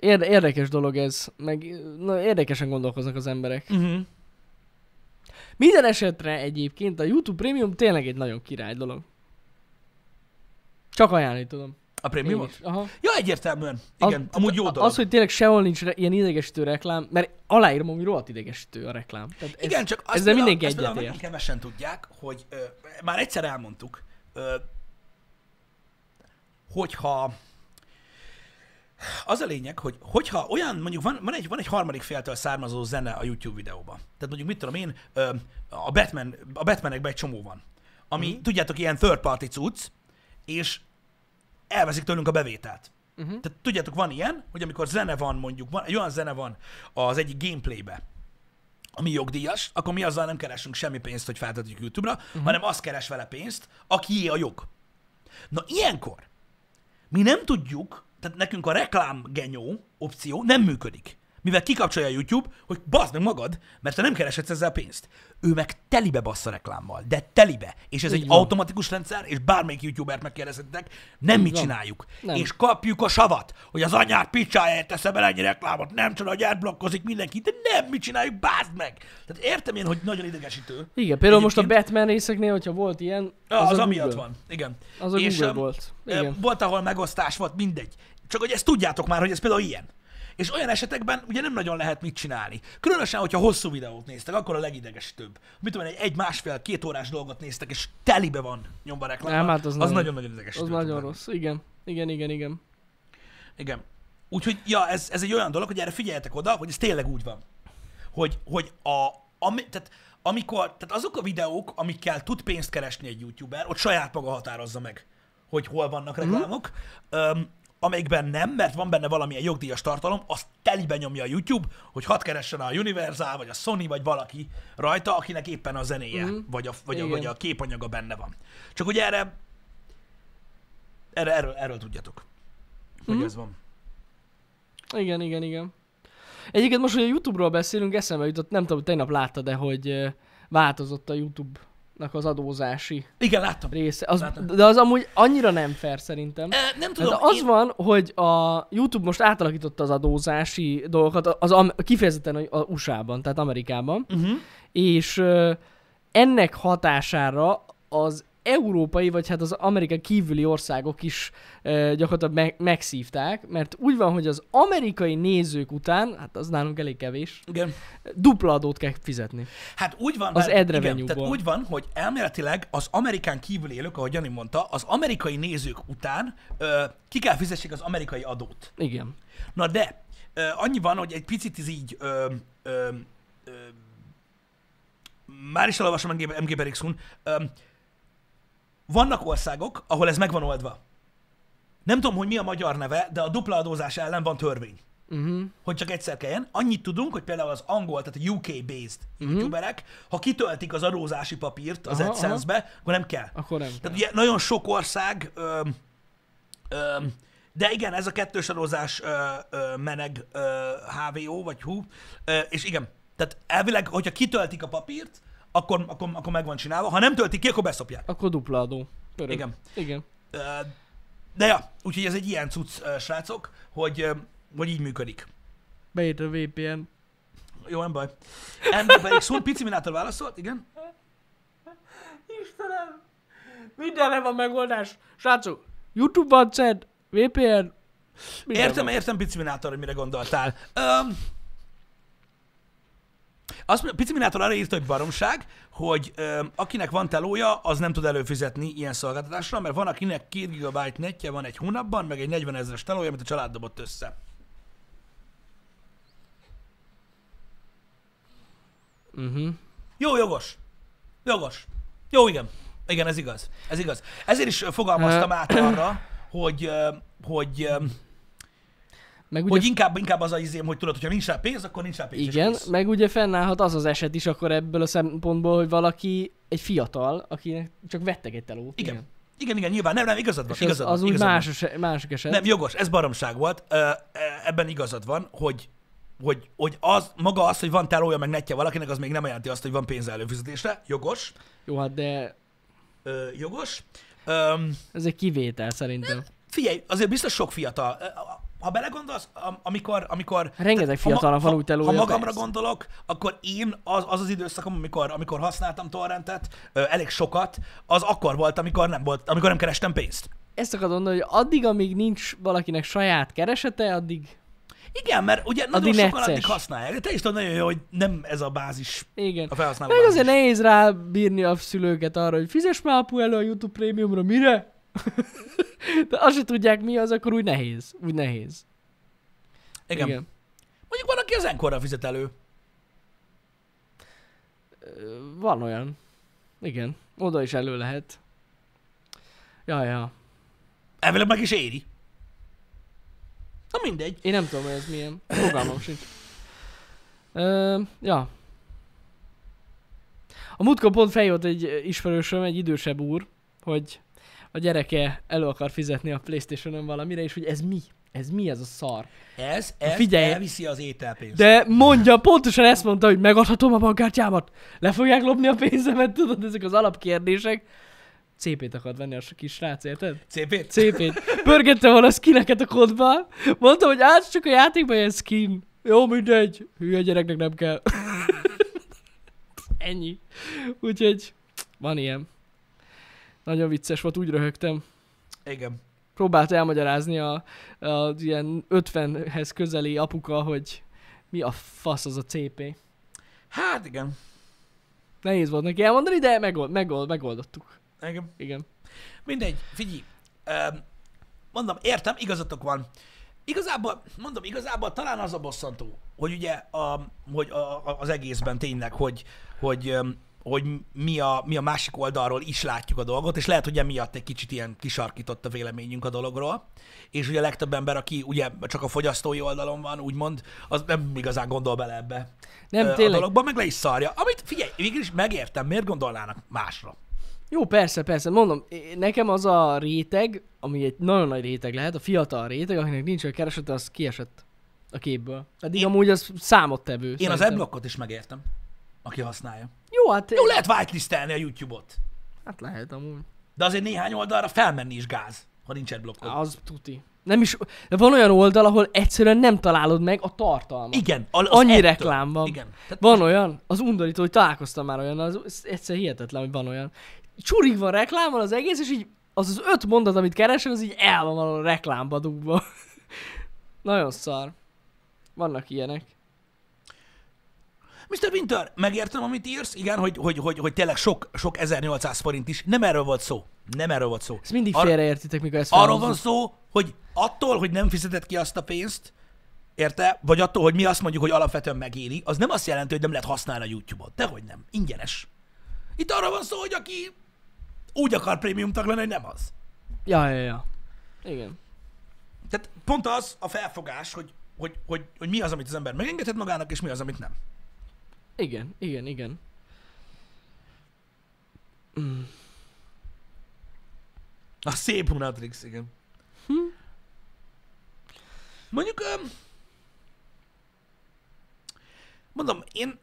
[SPEAKER 1] Érde- érdekes dolog ez, meg na, érdekesen gondolkoznak az emberek.
[SPEAKER 2] Uh-huh.
[SPEAKER 1] Minden esetre egyébként a YouTube Premium tényleg egy nagyon király dolog. Csak ajánlani tudom.
[SPEAKER 2] A
[SPEAKER 1] Én
[SPEAKER 2] prémium?
[SPEAKER 1] is. Aha.
[SPEAKER 2] Ja, egyértelműen. Igen,
[SPEAKER 1] tehát
[SPEAKER 2] amúgy jó dolog.
[SPEAKER 1] Az, hogy tényleg sehol nincs re- ilyen idegesítő reklám, mert aláírom, hogy rohadt idegesítő a reklám. Tehát ez-
[SPEAKER 2] Igen, csak azt
[SPEAKER 1] ezzel
[SPEAKER 2] például-
[SPEAKER 1] mindenki
[SPEAKER 2] azt például
[SPEAKER 1] egyetért.
[SPEAKER 2] nagyon kevesen tudják, hogy ö, már egyszer elmondtuk, ö, hogyha az a lényeg, hogy hogyha olyan, mondjuk van, van, egy, van egy harmadik féltől származó zene a YouTube videóban. Tehát mondjuk mit tudom én, ö, a, Batman, a Batmanekben egy csomó van, ami,
[SPEAKER 1] Mhm.
[SPEAKER 2] mm. tudjátok, ilyen third party cucc, és elveszik tőlünk a bevételt.
[SPEAKER 1] Mhm.
[SPEAKER 2] Uh-huh. Tehát tudjátok, van ilyen, hogy amikor zene van mondjuk, van, egy olyan zene van az egyik gameplaybe, ami jogdíjas, akkor mi azzal nem keresünk semmi pénzt, hogy feltöltjük YouTube-ra, uh-huh. hanem az keres vele pénzt, akié a jog. Na ilyenkor mi nem tudjuk, tehát nekünk a reklámgenyó opció nem működik. Mivel kikapcsolja a YouTube, hogy bazd meg magad, mert te nem kereshetsz ezzel pénzt. Ő meg telibe bassza reklámmal, de telibe. És ez
[SPEAKER 1] Így
[SPEAKER 2] egy
[SPEAKER 1] van.
[SPEAKER 2] automatikus rendszer, és bármelyik YouTubert megkérdezhetnek, nem mi
[SPEAKER 1] van.
[SPEAKER 2] csináljuk.
[SPEAKER 1] Nem.
[SPEAKER 2] És kapjuk a savat, hogy az anyát picsájáért teszem el ennyi reklámot, nem csoda, hogy átblokkozik mindenki, de nem mi csináljuk, bázd meg! Tehát értem én, hogy nagyon idegesítő.
[SPEAKER 1] Igen, például most a
[SPEAKER 2] Egyébként-
[SPEAKER 1] Batman részeknél, hogyha volt ilyen,
[SPEAKER 2] Az, az
[SPEAKER 1] a
[SPEAKER 2] amiatt
[SPEAKER 1] Google.
[SPEAKER 2] van, igen.
[SPEAKER 1] Az a Google
[SPEAKER 2] em,
[SPEAKER 1] volt.
[SPEAKER 2] em,
[SPEAKER 1] Igen.
[SPEAKER 2] Volt, ahol megosztás volt, mindegy. Csak hogy ezt tudjátok már, hogy ez például ilyen. És olyan esetekben ugye nem nagyon lehet mit csinálni. Különösen, hogyha hosszú videót néztek, akkor a legidegesítőbb. Mit tudom én, egy, egy másfél, két órás dolgot néztek, és telibe van nyomva reklám.
[SPEAKER 1] Nem, hát az
[SPEAKER 2] az
[SPEAKER 1] nagyon-
[SPEAKER 2] nagyon-nagyon idegesítő.
[SPEAKER 1] Az
[SPEAKER 2] tud
[SPEAKER 1] nagyon
[SPEAKER 2] lenni.
[SPEAKER 1] rossz, igen. Igen, igen, igen.
[SPEAKER 2] Igen. Úgyhogy, ja, ez, ez egy olyan dolog, hogy erre figyeljetek oda, hogy ez tényleg úgy van. Hogy, hogy a, ami, tehát, amikor, tehát azok a videók, amikkel tud pénzt keresni egy youtuber, ott saját maga határozza meg, hogy hol vannak reklámok, mm-hmm. öm, amelyikben nem, mert van benne valamilyen jogdíjas tartalom, azt telibe nyomja a YouTube, hogy hadd keressen a Universal, vagy a Sony, vagy valaki rajta, akinek éppen a zenéje, mm-hmm. vagy, a, vagy, a,
[SPEAKER 1] Igen.
[SPEAKER 2] vagy a képanyaga benne van. Csak ugye erre, erre erről, erről tudjatok, hogy mm-hmm. ez van.
[SPEAKER 1] Igen, igen, igen. Egyébként most, hogy a YouTube-ról beszélünk, eszembe jutott, nem tudom, hogy tegnap láttad de hogy ö, változott a YouTube-nak az adózási
[SPEAKER 2] Igen, láttam.
[SPEAKER 1] része. Az,
[SPEAKER 2] Láttam.
[SPEAKER 1] de az amúgy annyira nem fair szerintem.
[SPEAKER 2] E, nem tudom,
[SPEAKER 1] Hát az én... van, hogy a YouTube most átalakította az adózási dolgokat, az am- kifejezetten a- a USA-ban, tehát Amerikában,
[SPEAKER 2] Uh-huh.
[SPEAKER 1] és ö, ennek hatására az európai, vagy hát az Amerika kívüli országok is ö, gyakorlatilag meg- megszívták, mert úgy van, hogy az amerikai nézők után, hát az nálunk elég kevés,
[SPEAKER 2] Igen.
[SPEAKER 1] dupla adót kell fizetni.
[SPEAKER 2] Hát úgy van,
[SPEAKER 1] Az
[SPEAKER 2] várj,
[SPEAKER 1] ad
[SPEAKER 2] igen,
[SPEAKER 1] revenue-ból.
[SPEAKER 2] tehát úgy van, hogy elméletileg az Amerikán kívül élők, ahogy Jani mondta, az amerikai nézők után ö, ki kell fizessék az amerikai adót.
[SPEAKER 1] Igen.
[SPEAKER 2] Na de, ö, annyi van, hogy egy picit ez így ö, ö, ö, már is elolvasom MG, MGBRX-un, ö, vannak országok, ahol ez megvan oldva. Nem tudom, hogy mi a magyar neve, de a dupla adózás ellen van törvény.
[SPEAKER 1] Uh-huh.
[SPEAKER 2] hogy csak egyszer kelljen. Annyit tudunk, hogy például az angol, tehát a UK-based
[SPEAKER 1] Mhm.
[SPEAKER 2] youtuberek, ha kitöltik az adózási papírt az
[SPEAKER 1] Aha,
[SPEAKER 2] AdSense-be, akkor nem kell.
[SPEAKER 1] Akkor nem.
[SPEAKER 2] Tehát ugye nagyon sok ország, öm, öm, de igen, ez a kettős adózás ö, ö, meneg ö, HVO vagy HU, ö, és igen, tehát elvileg, hogyha kitöltik a papírt, akkor, akkor, akkor meg van csinálva, ha nem töltik ki, akkor beszopják.
[SPEAKER 1] Akkor dupla adó. Örök.
[SPEAKER 2] Igen.
[SPEAKER 1] Igen.
[SPEAKER 2] Ö, de ja, úgyhogy ez egy ilyen cucc, ö, srácok, hogy, ö, hogy így működik.
[SPEAKER 1] Beírt a VPN.
[SPEAKER 2] Jó, nem baj. Ember pedig szól, pici minától válaszolt, igen.
[SPEAKER 1] Istenem! Mindenre van megoldás. Srácok, YouTube AdSense, VPN. minden
[SPEAKER 2] Értem,
[SPEAKER 1] van.
[SPEAKER 2] értem pici minától, hogy mire gondoltál. Öm, azt mondja, Pici Minátor arra írta, hogy baromság, hogy öm, akinek van telója, az nem tud előfizetni ilyen szolgáltatásra, mert van, akinek 2 GB netje van egy hónapban, meg egy 40 ezeres telója, amit a család dobott össze. Mhm.
[SPEAKER 1] Uh-huh.
[SPEAKER 2] Jó, jogos. Jogos. Jó, igen. Igen, ez igaz. Ez igaz. Ezért is fogalmaztam át arra, hogy, öm, hogy, öm,
[SPEAKER 1] Meg ugye,
[SPEAKER 2] hogy inkább, inkább az a izém, hogy tudod, hogyha nincs rá pénz, akkor nincs rá pénz. és
[SPEAKER 1] igen,
[SPEAKER 2] kész.
[SPEAKER 1] meg ugye fennállhat az az eset is akkor ebből a szempontból, hogy valaki egy fiatal, akinek csak vettek egy telót.
[SPEAKER 2] Igen. Igen, igen, nyilván. Nem, nem, igazad van.
[SPEAKER 1] És az,
[SPEAKER 2] igazad
[SPEAKER 1] az
[SPEAKER 2] van,
[SPEAKER 1] úgy
[SPEAKER 2] igazad van.
[SPEAKER 1] más, másik eset.
[SPEAKER 2] Nem, jogos, ez baromság volt. Ö, ö, Ebben igazad van, hogy hogy, hogy az, maga az, hogy van tárolja meg netje valakinek, az még nem jelenti azt, hogy van pénz előfizetésre. Jogos.
[SPEAKER 1] Jó, hát de
[SPEAKER 2] Ö, jogos. Öm,
[SPEAKER 1] ez egy kivétel szerintem.
[SPEAKER 2] figyelj, azért biztos sok fiatal. Ö, a- Ha belegondolsz, am- amikor... amikor
[SPEAKER 1] Rengeteg
[SPEAKER 2] ha ma-
[SPEAKER 1] fiatalnak van
[SPEAKER 2] ha-
[SPEAKER 1] úgy telója,
[SPEAKER 2] Ha magamra
[SPEAKER 1] persze.
[SPEAKER 2] gondolok, akkor én az az, az időszakom, amikor, amikor használtam torrentet, ö, elég sokat, az akkor volt, amikor nem, volt, amikor nem kerestem pénzt.
[SPEAKER 1] Ezt akarod mondani, hogy addig, amíg nincs valakinek saját keresete, addig
[SPEAKER 2] Igen, mert ugye nagyon
[SPEAKER 1] Addig
[SPEAKER 2] sokan
[SPEAKER 1] necces.
[SPEAKER 2] addig használják. De te is tudod nagyon jó, hogy nem ez a bázis,
[SPEAKER 1] igen.
[SPEAKER 2] a felhasználó
[SPEAKER 1] Meg
[SPEAKER 2] bázis.
[SPEAKER 1] azért nehéz rábírni a szülőket arra, hogy fizes már apu elő a YouTube prémiumra, mire? De azt se tudják mi az, akkor úgy nehéz. Úgy nehéz.
[SPEAKER 2] igen. igen. Mondjuk van, aki az enkorra fizet elő.
[SPEAKER 1] Ö, Van olyan. Igen. Oda is elő lehet. Ja, ja.
[SPEAKER 2] Elvileg meg is éri. Na mindegy.
[SPEAKER 1] Én nem tudom, hogy ez milyen. Fogalmam sincs. Ö, ja. A múltkor pont feljött egy ismerősöm, egy idősebb úr, hogy a gyereke elő akar fizetni a Playstation-ön valamire, és hogy ez mi? Ez mi ez a szar?
[SPEAKER 2] Ez, ez
[SPEAKER 1] Figyelj.
[SPEAKER 2] elviszi az ételpénzt. De...
[SPEAKER 1] De mondja, pontosan ezt mondta, hogy megadhatom a bankkártyámat. Le fogják lopni a pénzemet, tudod, ezek az alapkérdések. CP-t akar venni a kis srác, érted?
[SPEAKER 2] CP-t?
[SPEAKER 1] CP-t. Pörgette volna a skineket a kodba. Mondtam, hogy át csak a játékban ilyen skin. Jó, mindegy. Hülye gyereknek nem kell. Ennyi. Úgyhogy van ilyen. Nagyon vicces volt, úgy röhögtem.
[SPEAKER 2] Igen.
[SPEAKER 1] Próbált elmagyarázni a, a ilyen 50-hez közeli apuka, hogy mi a fasz az a CP.
[SPEAKER 2] Hát igen.
[SPEAKER 1] Nehéz volt neki elmondani, de megold, megold, megoldottuk.
[SPEAKER 2] igen.
[SPEAKER 1] Igen.
[SPEAKER 2] Mindegy, figyelj. Öm, mondom, értem, igazatok van. Igazából, mondom, igazából talán az a bosszantó, hogy ugye a, hogy a, a, az egészben tényleg, hogy, hogy, öm, hogy mi, a, mi a másik oldalról is látjuk a dolgot, és lehet, hogy emiatt egy kicsit ilyen kisarkított a véleményünk a dologról, és ugye a legtöbb ember, aki ugye csak a fogyasztói oldalon van, úgymond, az nem igazán gondol bele ebbe
[SPEAKER 1] Nem,
[SPEAKER 2] ö, a
[SPEAKER 1] tényleg.
[SPEAKER 2] dologban, meg le is szarja. Amit figyelj, végül is megértem, miért gondolnának másra.
[SPEAKER 1] Jó, persze, persze, mondom, é- nekem az a réteg, ami egy nagyon nagy réteg lehet, a fiatal réteg, akinek nincs olyan keresete, az kiesett a képből. Pedig
[SPEAKER 2] Én-
[SPEAKER 1] én... amúgy az számottevő.
[SPEAKER 2] Én az
[SPEAKER 1] szerintem.
[SPEAKER 2] adblockot is megértem, aki használja.
[SPEAKER 1] Jó, hát,
[SPEAKER 2] Jó, lehet whitelistelni a YouTube-ot,
[SPEAKER 1] hát lehet amúgy.
[SPEAKER 2] de azért néhány oldalra felmenni is gáz, ha nincs adblockod. Ah,
[SPEAKER 1] Az tuti. Nem is, de van olyan oldal, ahol egyszerűen nem találod meg a tartalmat.
[SPEAKER 2] igen. Az
[SPEAKER 1] Annyi
[SPEAKER 2] ettől.
[SPEAKER 1] reklám van.
[SPEAKER 2] Igen. Tehát
[SPEAKER 1] Van olyan, az undorító, hogy találkoztam már olyan, az ez egyszer hihetetlen, hogy van olyan. Csurig van reklám, van az egész, és így az az öt mondat, amit keresek, az így el van valahol reklámba dugva. Nagyon szar. Vannak ilyenek.
[SPEAKER 2] Mr. Winter, megértem, amit írsz, igen, hogy, hogy, hogy, hogy tényleg sok, sok 1800 forint is. Nem erről volt szó. Nem erről volt szó.
[SPEAKER 1] Ezt mindig
[SPEAKER 2] Ar-
[SPEAKER 1] félreértitek, mikor ezt
[SPEAKER 2] Arról
[SPEAKER 1] felhozzuk.
[SPEAKER 2] van szó, hogy attól, hogy nem fizetett ki azt a pénzt, érte? Vagy attól, hogy mi azt mondjuk, hogy alapvetően megéri, az nem azt jelenti, hogy nem lehet használni a YouTube-ot. Dehogy nem. Ingyenes. Itt arra van szó, hogy aki úgy akar prémium tag lenni, hogy nem az.
[SPEAKER 1] Ja, ja, ja. Igen.
[SPEAKER 2] Tehát pont az a felfogás, hogy hogy, hogy, hogy mi az, amit az ember megengedhet magának, és mi az, amit nem.
[SPEAKER 1] Igen, igen, igen. Mm.
[SPEAKER 2] A szép Hunatrix, igen. Mondjuk... öm, Mondom, én...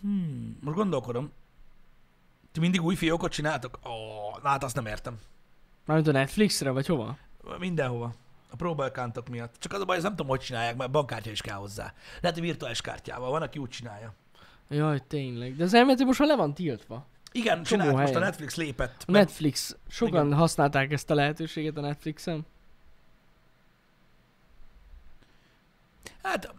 [SPEAKER 2] Hmm, most gondolkodom. Ti mindig új fiókot csináltok? Ó, hát azt nem értem.
[SPEAKER 1] Mármint a Netflixre, vagy hova?
[SPEAKER 2] Mindenhova. A próbálkántok miatt. Csak az a baj, ez nem tudom, hogy csinálják, mert bankkártya is kell hozzá. Lehet, hogy virtuális kártyával. Van, aki úgy csinálja.
[SPEAKER 1] Jaj, tényleg. De az elméletileg most már le van tiltva.
[SPEAKER 2] Igen, csinált, most a
[SPEAKER 1] helyen.
[SPEAKER 2] Netflix lépett.
[SPEAKER 1] A Netflix. Sokan igen. használták ezt a lehetőséget a Netflixen.
[SPEAKER 2] Hát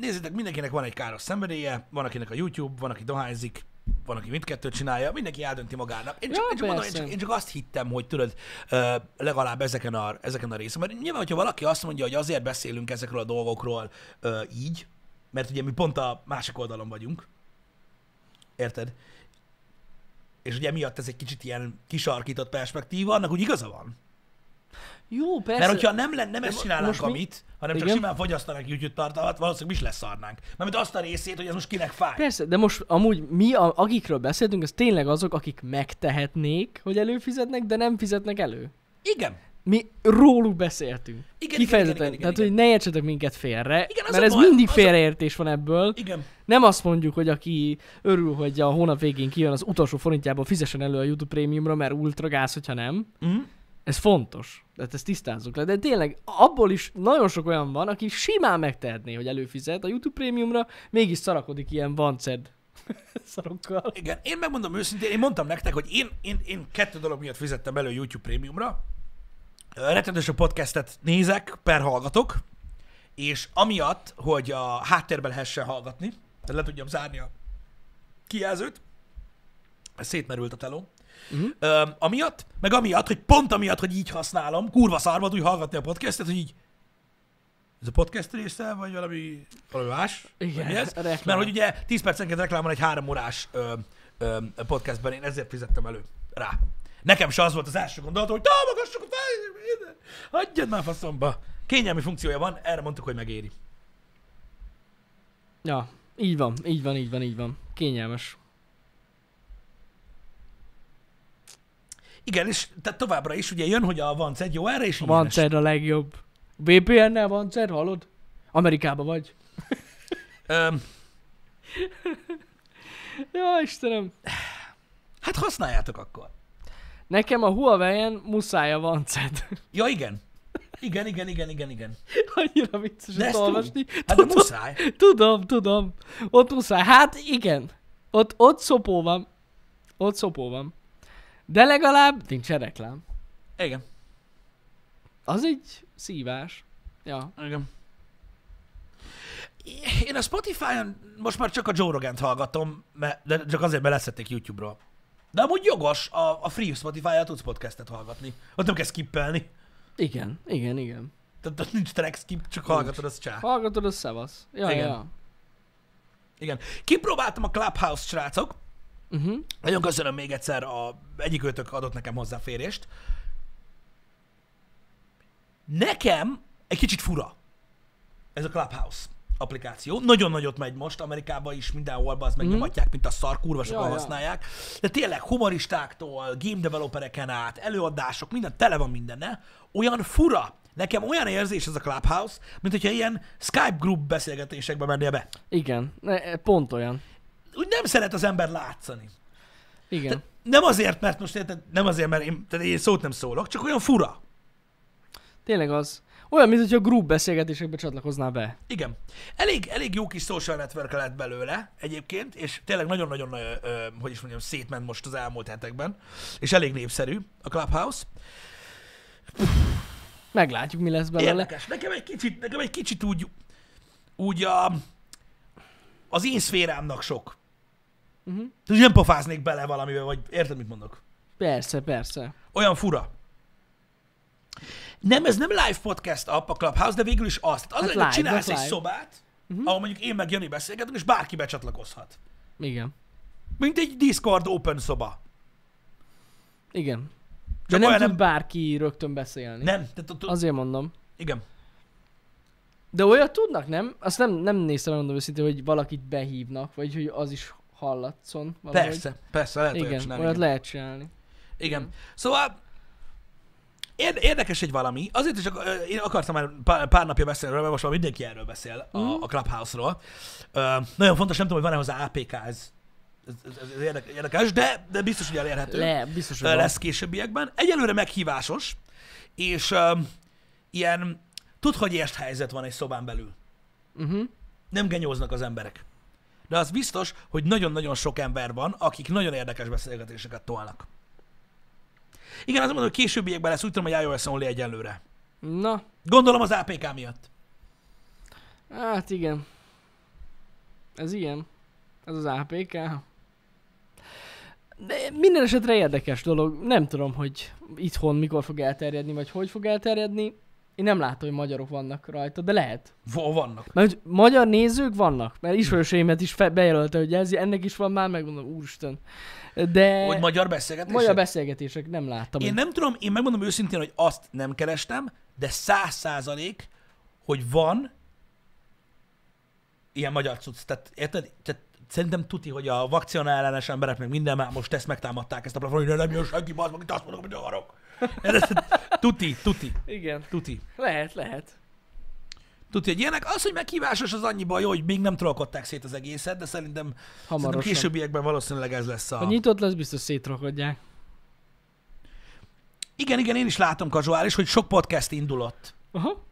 [SPEAKER 2] nézzétek, mindenkinek van egy káros szenvedélye, van akinek a YouTube, van aki dohányzik, van, aki mindkettőt csinálja, mindenki eldönti magának. Én csak,
[SPEAKER 1] Ja,
[SPEAKER 2] én csak, mondom, én
[SPEAKER 1] persze.
[SPEAKER 2] csak, én csak azt hittem, hogy tudod, ö, legalább ezeken a, ezeken a részen, mert nyilván, hogyha valaki azt mondja, hogy azért beszélünk ezekről a dolgokról ö, így, mert ugye mi pont a másik oldalon vagyunk, érted? És ugye miatt ez egy kicsit ilyen kisarkított perspektíva, annak úgy igaza van.
[SPEAKER 1] Jó, persze.
[SPEAKER 2] Mert hogyha nem, lenne, nem ezt
[SPEAKER 1] mo-
[SPEAKER 2] csinálnánk
[SPEAKER 1] most mi-
[SPEAKER 2] amit, hanem csak
[SPEAKER 1] Igen.
[SPEAKER 2] simán fogyasztanak YouTube tartalmat, valószínűleg mi is leszarnánk. Mert azt a részét, hogy ez most kinek fáj.
[SPEAKER 1] Persze, de most amúgy mi, a, akikről beszéltünk, az tényleg azok, akik megtehetnék, hogy előfizetnek, de nem fizetnek elő.
[SPEAKER 2] Igen.
[SPEAKER 1] Mi róluk beszéltünk.
[SPEAKER 2] Igen,
[SPEAKER 1] Kifejezetten.
[SPEAKER 2] igen, igen, igen,
[SPEAKER 1] Tehát,
[SPEAKER 2] igen.
[SPEAKER 1] hogy ne értsetek minket félre,
[SPEAKER 2] Igen, az
[SPEAKER 1] mert
[SPEAKER 2] a
[SPEAKER 1] ez
[SPEAKER 2] baj,
[SPEAKER 1] mindig
[SPEAKER 2] az a-
[SPEAKER 1] félreértés van ebből.
[SPEAKER 2] Igen.
[SPEAKER 1] Nem azt mondjuk, hogy aki örül, hogy a hónap végén kijön az utolsó forintjából, fizessen elő a YouTube Premiumra, mert ultra gáz, hogyha nem.
[SPEAKER 2] Mm.
[SPEAKER 1] Ez fontos. Tehát ezt tisztázzuk le. De tényleg abból is nagyon sok olyan van, aki simán megtehetné, hogy előfizet a YouTube Premiumra, mégis szarakodik ilyen vanced szarokkal.
[SPEAKER 2] Igen. Én megmondom őszintén, én mondtam nektek, hogy én, én, én kettő dolog miatt fizettem elő YouTube Premiumra. Ö, Rettenetesen sok podcastet nézek, per hallgatok, és amiatt, hogy a háttérben lehessen hallgatni, tehát le tudjam zárni a kijelzőt, szétmerült a teló.
[SPEAKER 1] Mhm.
[SPEAKER 2] Ö, amiatt, meg amiatt, hogy pont amiatt, hogy így használom, kurva szarvat úgy hallgatni a podcastet, hogy így ez a podcast része, vagy valami, valami más? Vagy
[SPEAKER 1] Igen,
[SPEAKER 2] mi ez?
[SPEAKER 1] a reklám.
[SPEAKER 2] Mert hogy ugye 10 percenként reklám van egy három órás ö, ö, podcastben, én ezért fizettem elő rá. Nekem se az volt az első gondolat, hogy támogassuk a fel, hagyjad már faszomba. Kényelmi funkciója van, erre mondtuk, hogy megéri.
[SPEAKER 1] Ja, így van, így van, így van, így van. Kényelmes.
[SPEAKER 2] Igen, és tehát továbbra is ugye jön, hogy a Vance egy jó erre, és
[SPEAKER 1] A
[SPEAKER 2] ingyenes.
[SPEAKER 1] vanced a legjobb. VPN-nel vanced, hallod? Amerikába vagy.
[SPEAKER 2] Öm,
[SPEAKER 1] Ja, Istenem.
[SPEAKER 2] hát használjátok akkor.
[SPEAKER 1] Nekem a Huawei-en muszáj a vanced.
[SPEAKER 2] Ja, igen. Igen, igen, igen, igen, igen.
[SPEAKER 1] Annyira vicces
[SPEAKER 2] De
[SPEAKER 1] ezt
[SPEAKER 2] ezt olvasni?
[SPEAKER 1] olvasni.
[SPEAKER 2] Hát de muszáj.
[SPEAKER 1] Tudom, tudom. Ott muszáj. Hát igen. Ott, ott szopó van. Ott szopó van. De legalább nincsen reklám.
[SPEAKER 2] Igen.
[SPEAKER 1] Az egy szívás. Ja.
[SPEAKER 2] Igen. Én a Spotify-on most már csak a Joe Rogan-t hallgatom, mert, de csak azért, mert leszették YouTube-ról. De amúgy jogos, a, a free Spotify-on tudsz podcastet hallgatni. Ott nem kell skippelni.
[SPEAKER 1] Igen, igen, igen.
[SPEAKER 2] Tehát ott nincs track skip, csak hallgatod, az csá.
[SPEAKER 1] Hallgatod a szevasz. Ja,
[SPEAKER 2] Igen.
[SPEAKER 1] igen. ja.
[SPEAKER 2] Igen. Kipróbáltam a Clubhouse srácok.
[SPEAKER 1] Uh-huh.
[SPEAKER 2] Nagyon köszönöm még egyszer, a, egyikőtök adott nekem hozzáférést. Nekem egy kicsit fura ez a Clubhouse applikáció. Nagyon nagyot megy most, Amerikában is mindenhol az megnyomatják, mint a szar, kurva sokan
[SPEAKER 1] Mhm. Ja, ja.
[SPEAKER 2] használják. De tényleg humoristáktól, game developereken át, előadások, minden tele van mindenne. Olyan fura, nekem olyan érzés ez a Clubhouse, mint hogyha ilyen Skype group beszélgetésekbe mennél be.
[SPEAKER 1] Igen. Ne, e, pont olyan.
[SPEAKER 2] Úgy nem szeret az ember látszani.
[SPEAKER 1] Igen.
[SPEAKER 2] Tehát nem azért, mert most érted, nem azért, mert én, tehát én szót nem szólok, csak olyan fura.
[SPEAKER 1] Tényleg az. Olyan, mint hogyha a group beszélgetésekbe csatlakoznál be.
[SPEAKER 2] Igen. Elég, elég jó kis social network lett belőle egyébként, és tényleg nagyon-nagyon, ö, ö, hogy is mondjam, szétment most az elmúlt hetekben, és elég népszerű a Clubhouse.
[SPEAKER 1] Meglátjuk, mi lesz belőle.
[SPEAKER 2] Érdekes. Nekem egy kicsit, nekem egy kicsit úgy, úgy a, az én szférámnak sok.
[SPEAKER 1] Mhm.
[SPEAKER 2] Uh-huh. Tehát nem pofáznék bele valamivel, vagy érted, mit mondok?
[SPEAKER 1] Persze, persze.
[SPEAKER 2] Olyan fura. Nem, ez nem live podcast app a Clubhouse, de végül is azt. Az,
[SPEAKER 1] Hát
[SPEAKER 2] hát hogy
[SPEAKER 1] live,
[SPEAKER 2] csinálsz egy
[SPEAKER 1] az live. Mhm.
[SPEAKER 2] szobát, uh-huh. ahol mondjuk én meg Jani beszélgetünk, és bárki becsatlakozhat.
[SPEAKER 1] Igen.
[SPEAKER 2] Mint egy Discord open szoba.
[SPEAKER 1] Igen. De
[SPEAKER 2] Csak
[SPEAKER 1] nem
[SPEAKER 2] olyan
[SPEAKER 1] tud
[SPEAKER 2] nem-
[SPEAKER 1] bárki rögtön beszélni.
[SPEAKER 2] Nem, tehát ott,
[SPEAKER 1] Azért mondom.
[SPEAKER 2] igen.
[SPEAKER 1] De olyat tudnak, nem? Azt nem, nem néztem, mondom őszintén, hogy valakit behívnak, vagy hogy az is hallatszon valahogy.
[SPEAKER 2] Persze, persze, lehet
[SPEAKER 1] igen,
[SPEAKER 2] olyat
[SPEAKER 1] olyat,
[SPEAKER 2] csinálni.
[SPEAKER 1] olyat
[SPEAKER 2] igen.
[SPEAKER 1] lehet csinálni.
[SPEAKER 2] Igen. Szóval érd- érdekes egy valami. Azért is ak- ö, én akartam már pár, pár napja beszélni róla, mert most már mindenki erről beszél, a, a Clubhouse-ról. Ö, nagyon fontos, nem tudom, hogy van-e hozzá APK, ez, ez, ez, ez érdekes, érdekes, de, de biztos, hogy elérhető
[SPEAKER 1] Le, biztos, hogy
[SPEAKER 2] ö,
[SPEAKER 1] van.
[SPEAKER 2] lesz későbbiekben. Egyelőre meghívásos, és ö, ilyen tud, hogy ért helyzet van egy szobán belül.
[SPEAKER 1] Uh-huh.
[SPEAKER 2] Nem genyóznak az emberek. De az biztos, hogy nagyon-nagyon sok ember van, akik nagyon érdekes beszélgetéseket tolnak. Igen, azt mondom, hogy későbbiekben lesz, úgy tudom, hogy iOS only egyelőre.
[SPEAKER 1] Na,
[SPEAKER 2] Gondolom az APK miatt.
[SPEAKER 1] hát igen. Ez ilyen. Ez az APK. De minden esetre érdekes dolog. Nem tudom, hogy itthon mikor fog elterjedni, vagy hogy fog elterjedni. Én nem látom, hogy magyarok vannak rajta, de lehet.
[SPEAKER 2] Vo- vannak.
[SPEAKER 1] Mert hogy magyar nézők vannak, mert ismerőseimet is fe- bejelölte, hogy ez, ennek is van már, megmondom, úristen. De
[SPEAKER 2] Hogy
[SPEAKER 1] magyar,
[SPEAKER 2] magyar beszélgetés.
[SPEAKER 1] magyar beszélgetések nem láttam.
[SPEAKER 2] Én nem tudom, én megmondom őszintén, hogy azt nem kerestem, de száz százalék, hogy van ilyen magyar cucc. Tehát, érted? Tehát szerintem tuti, hogy a vakcina ellenes emberek meg minden már most ezt megtámadták, ezt a plafon, hogy nem jön senki, bazd meg, itt azt mondok, hogy akarok. Érted? Tehát Tuti, tuti,
[SPEAKER 1] Igen,
[SPEAKER 2] tuti.
[SPEAKER 1] lehet, lehet.
[SPEAKER 2] Tuti, hogy ilyenek. Az, hogy meghívásos, az annyiban jó, hogy még nem trollkodták szét az egészet, de szerintem, szerintem
[SPEAKER 1] Hamarosan. Később...
[SPEAKER 2] későbbiekben valószínűleg ez lesz
[SPEAKER 1] Ha
[SPEAKER 2] a...
[SPEAKER 1] nyitott lesz, biztos szétrakodják.
[SPEAKER 2] Igen, igen, én is látom kazuális, hogy sok podcast indulott.
[SPEAKER 1] Aha.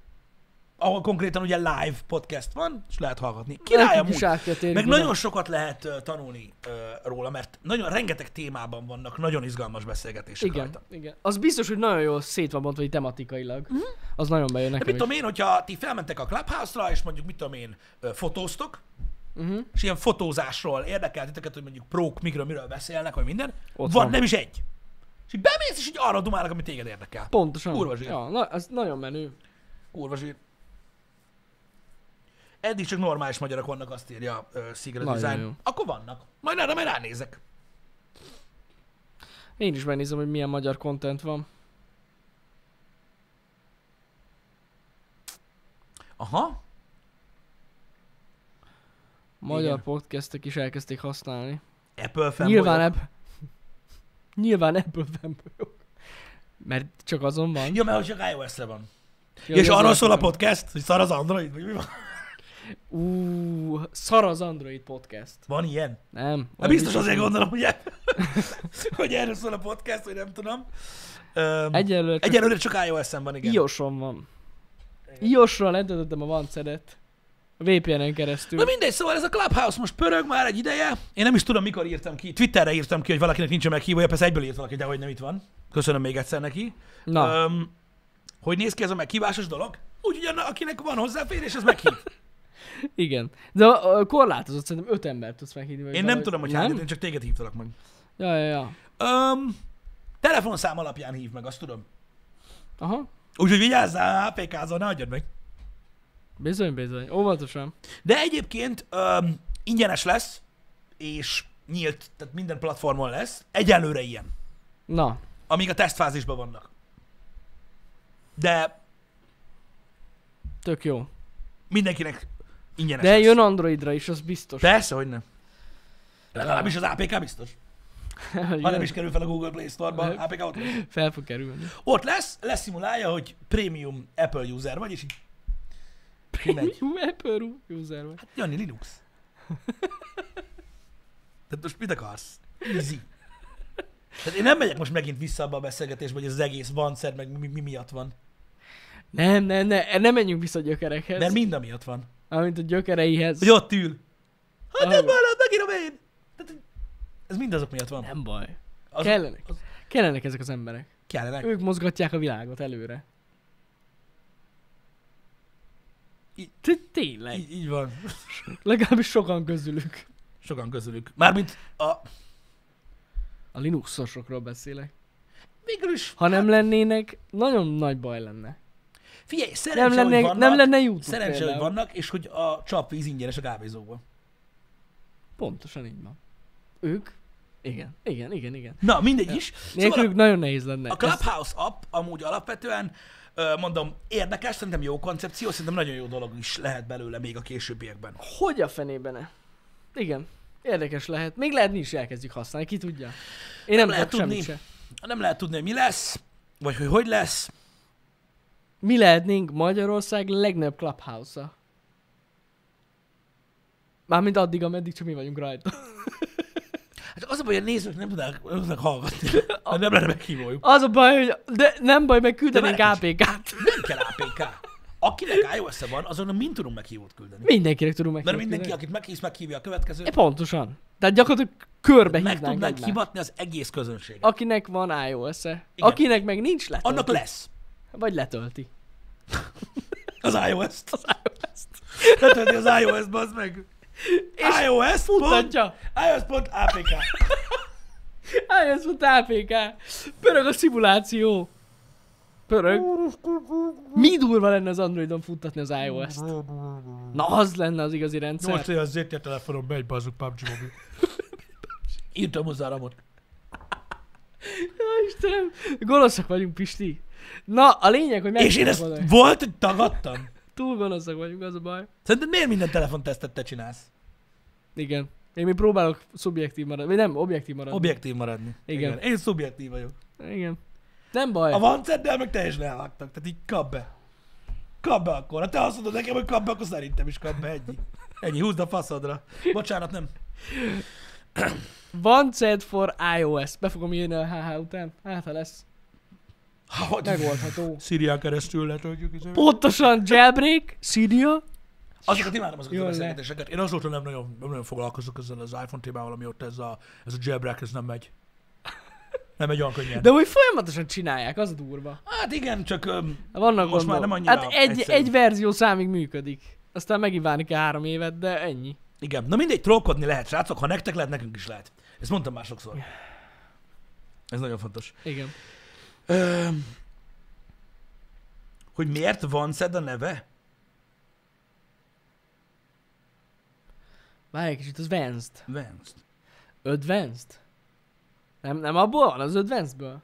[SPEAKER 2] ahol konkrétan ugye live podcast van, és lehet hallgatni. Király
[SPEAKER 1] Nekik
[SPEAKER 2] amúgy.
[SPEAKER 1] is át kell térni
[SPEAKER 2] Meg
[SPEAKER 1] oda.
[SPEAKER 2] nagyon sokat lehet ö, tanulni ö, róla, mert nagyon rengeteg témában vannak nagyon izgalmas beszélgetések
[SPEAKER 1] Igen,
[SPEAKER 2] rajta.
[SPEAKER 1] igen. Az biztos, hogy nagyon jól szét van bontva, hogy tematikailag. Uh-huh. Az nagyon bejön
[SPEAKER 2] Mhm. De mit
[SPEAKER 1] nekem is.
[SPEAKER 2] tudom én, hogyha ti felmentek a Clubhouse-ra, és mondjuk mit tudom én, ö, fotóztok,
[SPEAKER 1] Mhm.
[SPEAKER 2] és ilyen fotózásról érdekel titeket, hogy mondjuk prók, mikről, miről beszélnek, vagy minden,
[SPEAKER 1] Ott
[SPEAKER 2] van,
[SPEAKER 1] van.
[SPEAKER 2] nem is egy. És így bemész, és így arra dumálnak, ami téged érdekel.
[SPEAKER 1] Pontosan.
[SPEAKER 2] Kurva zsír.
[SPEAKER 1] ja, na, az nagyon menő.
[SPEAKER 2] Kurva zsír. Eddig csak normális magyarok vannak, azt írja uh, Secret
[SPEAKER 1] Nagyon
[SPEAKER 2] Design.
[SPEAKER 1] jó.
[SPEAKER 2] Akkor vannak. Majd erre majd ránézek.
[SPEAKER 1] Én is megnézem, hogy milyen magyar content van.
[SPEAKER 2] Aha.
[SPEAKER 1] Magyar
[SPEAKER 2] Igen.
[SPEAKER 1] podcastek is elkezdték használni.
[SPEAKER 2] Apple fanboyok.
[SPEAKER 1] Nyilván, ebb... Nyilván ebből fanboyok. Mert csak azon van.
[SPEAKER 2] Ja, mert hogy csak iOS-re van.
[SPEAKER 1] Ja,
[SPEAKER 2] és
[SPEAKER 1] hogy az
[SPEAKER 2] arról szól a
[SPEAKER 1] van.
[SPEAKER 2] podcast, hogy szar az Android, vagy mi van?
[SPEAKER 1] Ú, szar az Android podcast.
[SPEAKER 2] Van ilyen?
[SPEAKER 1] Nem.
[SPEAKER 2] Hát biztos azért gondolom, hogy, e- hogy erről szól a podcast, hogy nem tudom. Um, Egy...
[SPEAKER 1] Egyelőre csak
[SPEAKER 2] Egyelőre csak iOS-en van, igen.
[SPEAKER 1] iOS-on van. iOS-ról letöltöttem a Vancedet. A VPN-en keresztül.
[SPEAKER 2] Na mindegy, szóval ez a Clubhouse most pörög már egy ideje. Én nem is tudom, mikor írtam ki. Twitterre írtam ki, hogy valakinek nincs meghívója, persze egyből írt valaki, de hogy nem itt van. Köszönöm még egyszer neki.
[SPEAKER 1] Na.
[SPEAKER 2] Öm, hogy néz ki ez a meghívásos dolog? Úgyhogy annak, akinek van hozzáférés, az meghív.
[SPEAKER 1] Igen. De a, a korlátozott, szerintem öt embert tudsz meghívni. vagy
[SPEAKER 2] Én nem
[SPEAKER 1] valahogy-
[SPEAKER 2] tudom, hogy
[SPEAKER 1] nem?
[SPEAKER 2] hányat, én csak téged hívtalak meg.
[SPEAKER 1] Ja, ja, ja.
[SPEAKER 2] Öm, telefonszám alapján hív meg, azt tudom.
[SPEAKER 1] Aha.
[SPEAKER 2] Úgyhogy vigyázzál, APK-zol, ne adjad meg.
[SPEAKER 1] Bizony, bizony. Óvatosan.
[SPEAKER 2] De egyébként öm, ingyenes lesz, és nyílt, tehát minden platformon lesz. Egyelőre ilyen,
[SPEAKER 1] Na.
[SPEAKER 2] amíg a tesztfázisban vannak. De
[SPEAKER 1] Tök jó.
[SPEAKER 2] mindenkinek ingyenes
[SPEAKER 1] De
[SPEAKER 2] lesz.
[SPEAKER 1] jön Androidra is, az biztos.
[SPEAKER 2] Persze, hogy nem. Legalábbis az APK biztos. Ha nem
[SPEAKER 1] Jön.
[SPEAKER 2] is kerül fel a Google Play Store-ba,
[SPEAKER 1] Nem.
[SPEAKER 2] APK ott lesz.
[SPEAKER 1] Fel fog kerülni.
[SPEAKER 2] Ott lesz, leszimulálja, hogy premium Apple user vagy, és így kimegy.
[SPEAKER 1] Jó, Apple user vagy.
[SPEAKER 2] Jani, Linux. Tehát most mit akarsz? Easy. Tehát én nem megyek most megint vissza abba a beszélgetésbe, hogy ez az egész vanszer, meg mi, mi miatt van.
[SPEAKER 1] Nem, nem, e, nem, nem menjünk vissza a gyökerekhez.
[SPEAKER 2] Mert mind amiatt van.
[SPEAKER 1] Amint a gyökereihez.
[SPEAKER 2] Hogy ott ül. Hát
[SPEAKER 1] Ahogy-
[SPEAKER 2] nem valam, megírom én. Tehát hogy ez mindazok miatt van.
[SPEAKER 1] Nem baj.
[SPEAKER 2] Az,
[SPEAKER 1] Kellenek.
[SPEAKER 2] az-
[SPEAKER 1] Kellenek ezek az emberek.
[SPEAKER 2] Kellene.
[SPEAKER 1] Ők mozgatják a világot előre.
[SPEAKER 2] Í-
[SPEAKER 1] Te- Tényleg.
[SPEAKER 2] Így, így van.
[SPEAKER 1] Legalábbis sokan közülük.
[SPEAKER 2] Sokan közülük. Mármint a...
[SPEAKER 1] A Linuxosokról beszélek.
[SPEAKER 2] Végül is...
[SPEAKER 1] Ha nem lennének, nagyon nagy baj lenne.
[SPEAKER 2] Figyelj, szerencsé,
[SPEAKER 1] Nem, lenne,
[SPEAKER 2] hogy vannak,
[SPEAKER 1] nem lenne YouTube
[SPEAKER 2] Szerencsé, hogy
[SPEAKER 1] például.
[SPEAKER 2] vannak, és hogy a csapvíz ingyenes a kávézóban.
[SPEAKER 1] Pontosan így van. Ők? Igen, igen, igen, igen.
[SPEAKER 2] Na, mindegy is. Szóval
[SPEAKER 1] Nélkülük nagyon nehéz lenne.
[SPEAKER 2] A Clubhouse app amúgy alapvetően Ö, Mondom, érdekes, szerintem jó koncepció, szerintem nagyon jó dolog is lehet belőle még a későbbiekben.
[SPEAKER 1] Hogy a fenébe ne? Igen. Érdekes lehet. Még lehet mi is elkezdjük használni, ki tudja. Én nem, nem
[SPEAKER 2] lehet
[SPEAKER 1] lehet semmit
[SPEAKER 2] tudni.
[SPEAKER 1] se.
[SPEAKER 2] Nem lehet tudni, hogy mi lesz, vagy hogy hogy lesz.
[SPEAKER 1] Mi lehetnénk Magyarország legnagyobb clubhouse-a? Mármint addig, ameddig csak mi vagyunk rajta.
[SPEAKER 2] Hát az a baj, hogy a nézők nem tudnak, nem tudnak hallgatni. Hát nem lenne meghívójuk.
[SPEAKER 1] Az a baj, hogy de nem baj, meg küldenénk
[SPEAKER 2] De várj
[SPEAKER 1] APK-t.
[SPEAKER 2] Nem kell APK. Akinek iOS-e van, azonnak mind tudunk meghívót küldeni.
[SPEAKER 1] Mindenkinek tudunk meg.
[SPEAKER 2] Mert mindenki, akit meghívsz, meghívja a következőt.
[SPEAKER 1] Pontosan. Tehát gyakorlatilag körbe
[SPEAKER 2] Meg
[SPEAKER 1] hívnánk
[SPEAKER 2] tudnánk
[SPEAKER 1] egymást.
[SPEAKER 2] hivatni az egész közönséget.
[SPEAKER 1] Akinek van iOS-e. Akinek meg nincs letölti.
[SPEAKER 2] Annak lesz.
[SPEAKER 1] Vagy letölti.
[SPEAKER 2] Az iOS-t. Az iOS-t. Letölti az iOS-t, bazd meg. És iOS pont,
[SPEAKER 1] Mutatja.
[SPEAKER 2] iOS pont APK.
[SPEAKER 1] iOS volt APK. Pörög a szimuláció. Pörög. Mi durva lenne az Androidon futtatni az iOS-t? Na az lenne az igazi rendszer.
[SPEAKER 3] Most olyan zétje telefonom, megy bazzuk PUBG mobil.
[SPEAKER 2] Írtam hozzá a ramot.
[SPEAKER 1] Ja, Istenem, gonoszak vagyunk, Pisti. Na, a lényeg, hogy meg
[SPEAKER 2] És én ezt volt, hogy tagadtam.
[SPEAKER 1] Túl gonoszak vagyunk, az a baj.
[SPEAKER 2] Szerinted miért minden telefontesztet te csinálsz?
[SPEAKER 1] Igen. Én még próbálok szubjektív maradni, vagy nem, objektív maradni.
[SPEAKER 2] Objektív maradni.
[SPEAKER 1] Igen.
[SPEAKER 2] Én szubjektív vagyok.
[SPEAKER 1] Igen. Nem baj.
[SPEAKER 2] A vanceddel meg teljesen elvágtak, tehát így kap be. Kap be akkor. Ha te azt mondod nekem, hogy kap be, akkor szerintem is kap be ennyi. Ennyi, húzd a faszodra. Bocsánat, nem.
[SPEAKER 1] Van set for iOS. Be fogom írni a HH után. Hát, ha lesz.
[SPEAKER 2] Ha, hogy
[SPEAKER 1] Megoldható.
[SPEAKER 3] Szírián keresztül letöltjük. izé.
[SPEAKER 1] Pontosan jailbreak, Syria.
[SPEAKER 2] azokat imádom azokat
[SPEAKER 1] Jól
[SPEAKER 2] a
[SPEAKER 1] le.
[SPEAKER 2] beszélgetéseket.
[SPEAKER 3] Én azóta nem nagyon, nem nagyon foglalkozok ezzel az iPhone témával, amióta ez a, ez a jailbreak, ez nem megy. Nem megy olyan könnyen.
[SPEAKER 1] De úgy folyamatosan csinálják, az a durva.
[SPEAKER 2] Hát igen, csak öm,
[SPEAKER 1] Vannak
[SPEAKER 2] Most már
[SPEAKER 1] gondok.
[SPEAKER 2] nem annyira
[SPEAKER 1] Hát egy,
[SPEAKER 2] egyszerű.
[SPEAKER 1] egy verzió számig működik. Aztán megint várni kell három évet, de ennyi.
[SPEAKER 2] igen. Na mindegy, trollkodni lehet, srácok. Ha nektek lehet, nekünk is lehet. Ezt mondtam már sokszor. Ez nagyon fontos.
[SPEAKER 1] Igen.
[SPEAKER 2] Öm, hogy miért van szed a neve?
[SPEAKER 1] Várj egy kicsit, az Advanced.
[SPEAKER 2] Vance.
[SPEAKER 1] Advanced? Nem, nem abból van, az Advancedből.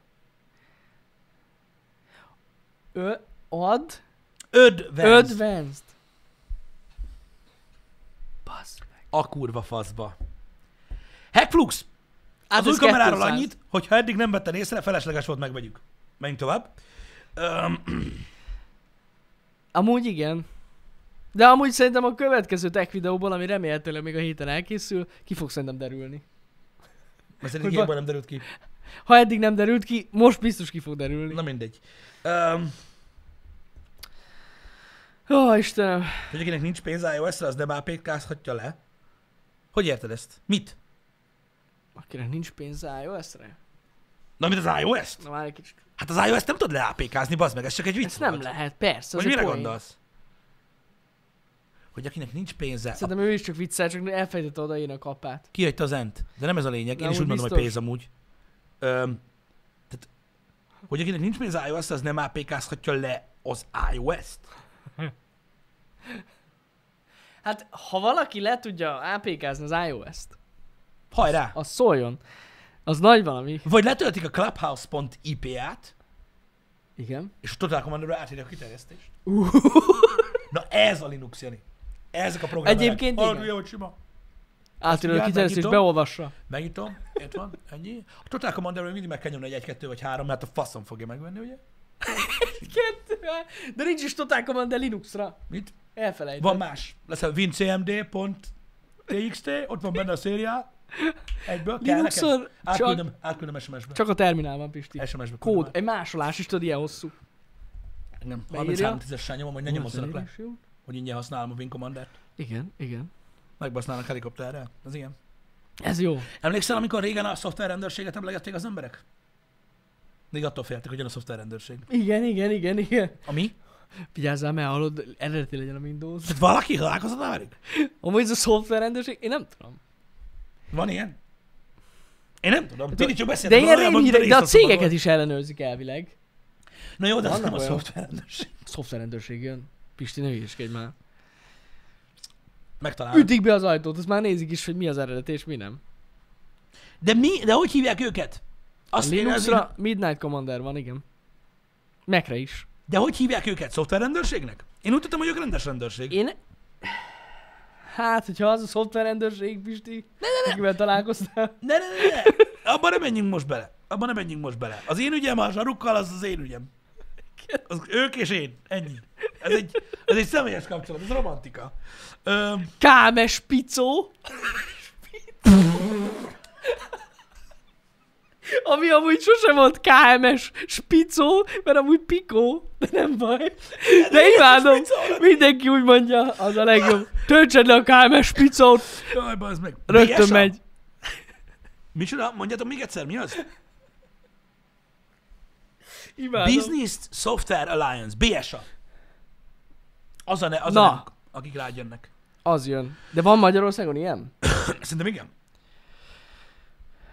[SPEAKER 1] Ö, ad,
[SPEAKER 2] Öd Vance. Öd...
[SPEAKER 1] Advanced. Basz meg.
[SPEAKER 2] A kurva faszba. Hackflux.
[SPEAKER 1] Hát
[SPEAKER 2] Az
[SPEAKER 1] ez
[SPEAKER 2] új kameráról
[SPEAKER 1] 200.
[SPEAKER 2] annyit, hogy ha eddig nem vetted észre, felesleges volt, megvegyük. Menjünk tovább. Öm,
[SPEAKER 1] Amúgy igen. De amúgy szerintem a következő tech videóból, ami remélhetőleg még a héten elkészül, ki fog szerintem derülni.
[SPEAKER 2] mert
[SPEAKER 1] Hogy
[SPEAKER 2] szerintem
[SPEAKER 1] ba-
[SPEAKER 2] ilyenből nem derült ki.
[SPEAKER 1] Ha eddig nem derült ki, most biztos ki fog derülni.
[SPEAKER 2] Na mindegy. Öm,
[SPEAKER 1] Ó, oh, Istenem.
[SPEAKER 2] hogy akinek nincs pénz iOS-re, az nem APK-zhatja le. Hogy érted ezt? Mit?
[SPEAKER 1] Akinek nincs pénz iOS-re?
[SPEAKER 2] Na, mint az iOS-t?
[SPEAKER 1] Na már egy kicsit.
[SPEAKER 2] Hát az iOS-t nem tudod le APK-zni, bazd meg, ez csak egy vicc
[SPEAKER 1] Ezt nem
[SPEAKER 2] volt.
[SPEAKER 1] lehet, persze.
[SPEAKER 2] Vagy
[SPEAKER 1] az egy
[SPEAKER 2] mire
[SPEAKER 1] poén.
[SPEAKER 2] gondolsz? Hogy akinek nincs pénze, a...
[SPEAKER 1] Szerintem ő is csak viccel, csak elfelejtette odaírni a kapát.
[SPEAKER 2] kihagyta az ent. De nem ez a lényeg, én
[SPEAKER 1] Na,
[SPEAKER 2] is
[SPEAKER 1] úgy
[SPEAKER 2] úgy mondom, hogy
[SPEAKER 1] biztos.
[SPEAKER 2] pénz amúgy. Öm, tehát, hogy akinek nincs pénz iOS, az nem APK-zhatja le az iOS-t.
[SPEAKER 1] Hát, ha valaki le tudja APK-zni az iOS-t,
[SPEAKER 2] Hajrá!
[SPEAKER 1] az szóljon. Az nagy valami.
[SPEAKER 2] Vagy letöltik a clubhouse.ip-át,
[SPEAKER 1] Igen.
[SPEAKER 2] és a Total Commander-ra átírják a kiterjesztést.
[SPEAKER 1] Uh,
[SPEAKER 2] Na ez a Linux, Jani. Ezek a programok.
[SPEAKER 1] egyébként igen.
[SPEAKER 3] Hallja, hogy sima.
[SPEAKER 1] Átülő a
[SPEAKER 2] mindjárt
[SPEAKER 1] kiterjesztés, és
[SPEAKER 2] megnyitom.
[SPEAKER 1] beolvassa.
[SPEAKER 2] Megnyitom, itt van, ennyi. A Total Commander-ről mindig meg kell nyomni egy, egy, kettő vagy három, mert a faszom fogja megvenni, ugye?
[SPEAKER 1] Kettő, de nincs is Total Commander Linuxra.
[SPEAKER 2] Mit?
[SPEAKER 1] Elfelejtettem.
[SPEAKER 2] Van más. Lesz a wincmd.txt, ott van benne a szériá. Egyből kell nekem.
[SPEAKER 1] Linuxon csak,
[SPEAKER 2] Átküldöm, átküldöm SMS-be.
[SPEAKER 1] csak a terminálban, Pisti.
[SPEAKER 2] SMS-be.
[SPEAKER 1] Kód, egy másolás is tudod, ilyen hosszú.
[SPEAKER 2] Nem,
[SPEAKER 1] Beírja.
[SPEAKER 2] 33 10-essel nyomom, hogy ne nyomozzanak le, hogy ingyen használom a Win Commander-t.
[SPEAKER 1] Igen, igen.
[SPEAKER 2] Megbasználnak helikopterrel. Az igen.
[SPEAKER 1] Ez jó.
[SPEAKER 2] Emlékszel, amikor régen a szoftverrendőrséget emlegették az emberek? Még attól féltek, hogy jön a szoftverrendőrség.
[SPEAKER 1] Igen, igen, igen, igen.
[SPEAKER 2] Ami?
[SPEAKER 1] Vigyázzál, mert hallod, eredeti legyen a Windows.
[SPEAKER 2] Tehát valaki találkozott már velük?
[SPEAKER 1] Amúgy ez a szoftverrendőrség, én nem tudom.
[SPEAKER 2] Van ilyen? Én nem tudom. Mindig csak
[SPEAKER 1] De
[SPEAKER 2] beszéltek
[SPEAKER 1] ilyen
[SPEAKER 2] valójában, mint
[SPEAKER 1] rémhírek, de a
[SPEAKER 2] részosztottak
[SPEAKER 1] cégeket
[SPEAKER 2] volt.
[SPEAKER 1] is ellenőrzik elvileg.
[SPEAKER 2] Na jó, de az nem
[SPEAKER 1] Vannak
[SPEAKER 2] a
[SPEAKER 1] olyan.
[SPEAKER 2] szoftverrendőrség.
[SPEAKER 1] Szoftverrendőrség jön. Pisti, ne hülyeskedj már.
[SPEAKER 2] Megtalálom.
[SPEAKER 1] Ütik be az ajtót, azt már nézik is, hogy mi az eredeti és mi nem.
[SPEAKER 2] De mi? De hogy hívják őket?
[SPEAKER 1] A
[SPEAKER 2] Azt én
[SPEAKER 1] Linuxra
[SPEAKER 2] azért...
[SPEAKER 1] Midnight Commander van, igen. Macre is.
[SPEAKER 2] De hogy hívják őket? Szoftverrendőrségnek? Én úgy tudtam, hogy ők rendes rendőrség.
[SPEAKER 1] Én... Hát, hogyha az a szoftverrendőrség, Pisti, akivel találkoztál.
[SPEAKER 2] Ne, ne, ne, ne. Abban nem menjünk most bele. Abban nem menjünk most bele. Az én ügyem a zsarukkal, az az én ügyem. Az ők és én. Ennyi. Ez egy, ez egy személyes kapcsolat, ez romantika. Öm,
[SPEAKER 1] Kámes Picó. Ami amúgy sose volt KMS Spicó, mert amúgy Pikó, de nem baj. De imádom, mindenki úgy mondja, az a legjobb. Töltsed le a KMS Spicót,
[SPEAKER 2] jaj, bazd meg.
[SPEAKER 1] rögtön
[SPEAKER 2] BS-a?
[SPEAKER 1] megy.
[SPEAKER 2] Micsoda? Mondjátok még egyszer, mi az?
[SPEAKER 1] Imádom.
[SPEAKER 2] Business Software Alliance, BSA. Az a, ne, az
[SPEAKER 1] Na.
[SPEAKER 2] a nevük, akik rád jönnek.
[SPEAKER 1] Az jön. De van Magyarországon ilyen?
[SPEAKER 2] Szerintem igen.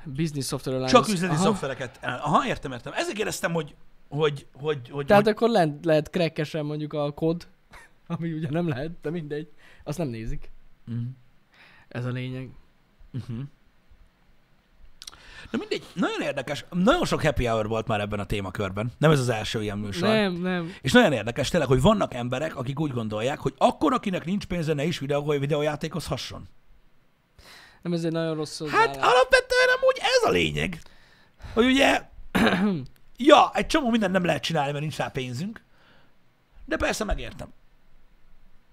[SPEAKER 1] Business Software Alliance.
[SPEAKER 2] Csak üzleti Aha. szoftvereket. el- Aha, értem, értem. Ezért éreztem, hogy hogy, hogy, hogy,
[SPEAKER 1] Tehát
[SPEAKER 2] hogy
[SPEAKER 1] akkor lehet, lehet krekkesen mondjuk a kod, ami ugye nem lehet, de mindegy. Azt nem nézik.
[SPEAKER 2] Mhm.
[SPEAKER 1] Ez a lényeg.
[SPEAKER 2] Uh-huh. Na mindegy, nagyon érdekes. Nagyon sok happy hour volt már ebben a témakörben. Nem ez az első ilyen műsor.
[SPEAKER 1] Nem, nem.
[SPEAKER 2] És nagyon érdekes tényleg, hogy vannak emberek, akik úgy gondolják, hogy akkor, akinek nincs pénze, ne is videó, videójátékozhasson.
[SPEAKER 1] Nem, ez egy nagyon rossz hozzáállás.
[SPEAKER 2] Hát alapvetően amúgy ez a lényeg. Hogy ugye, ja, egy csomó mindent nem lehet csinálni, mert nincs rá pénzünk. De persze megértem.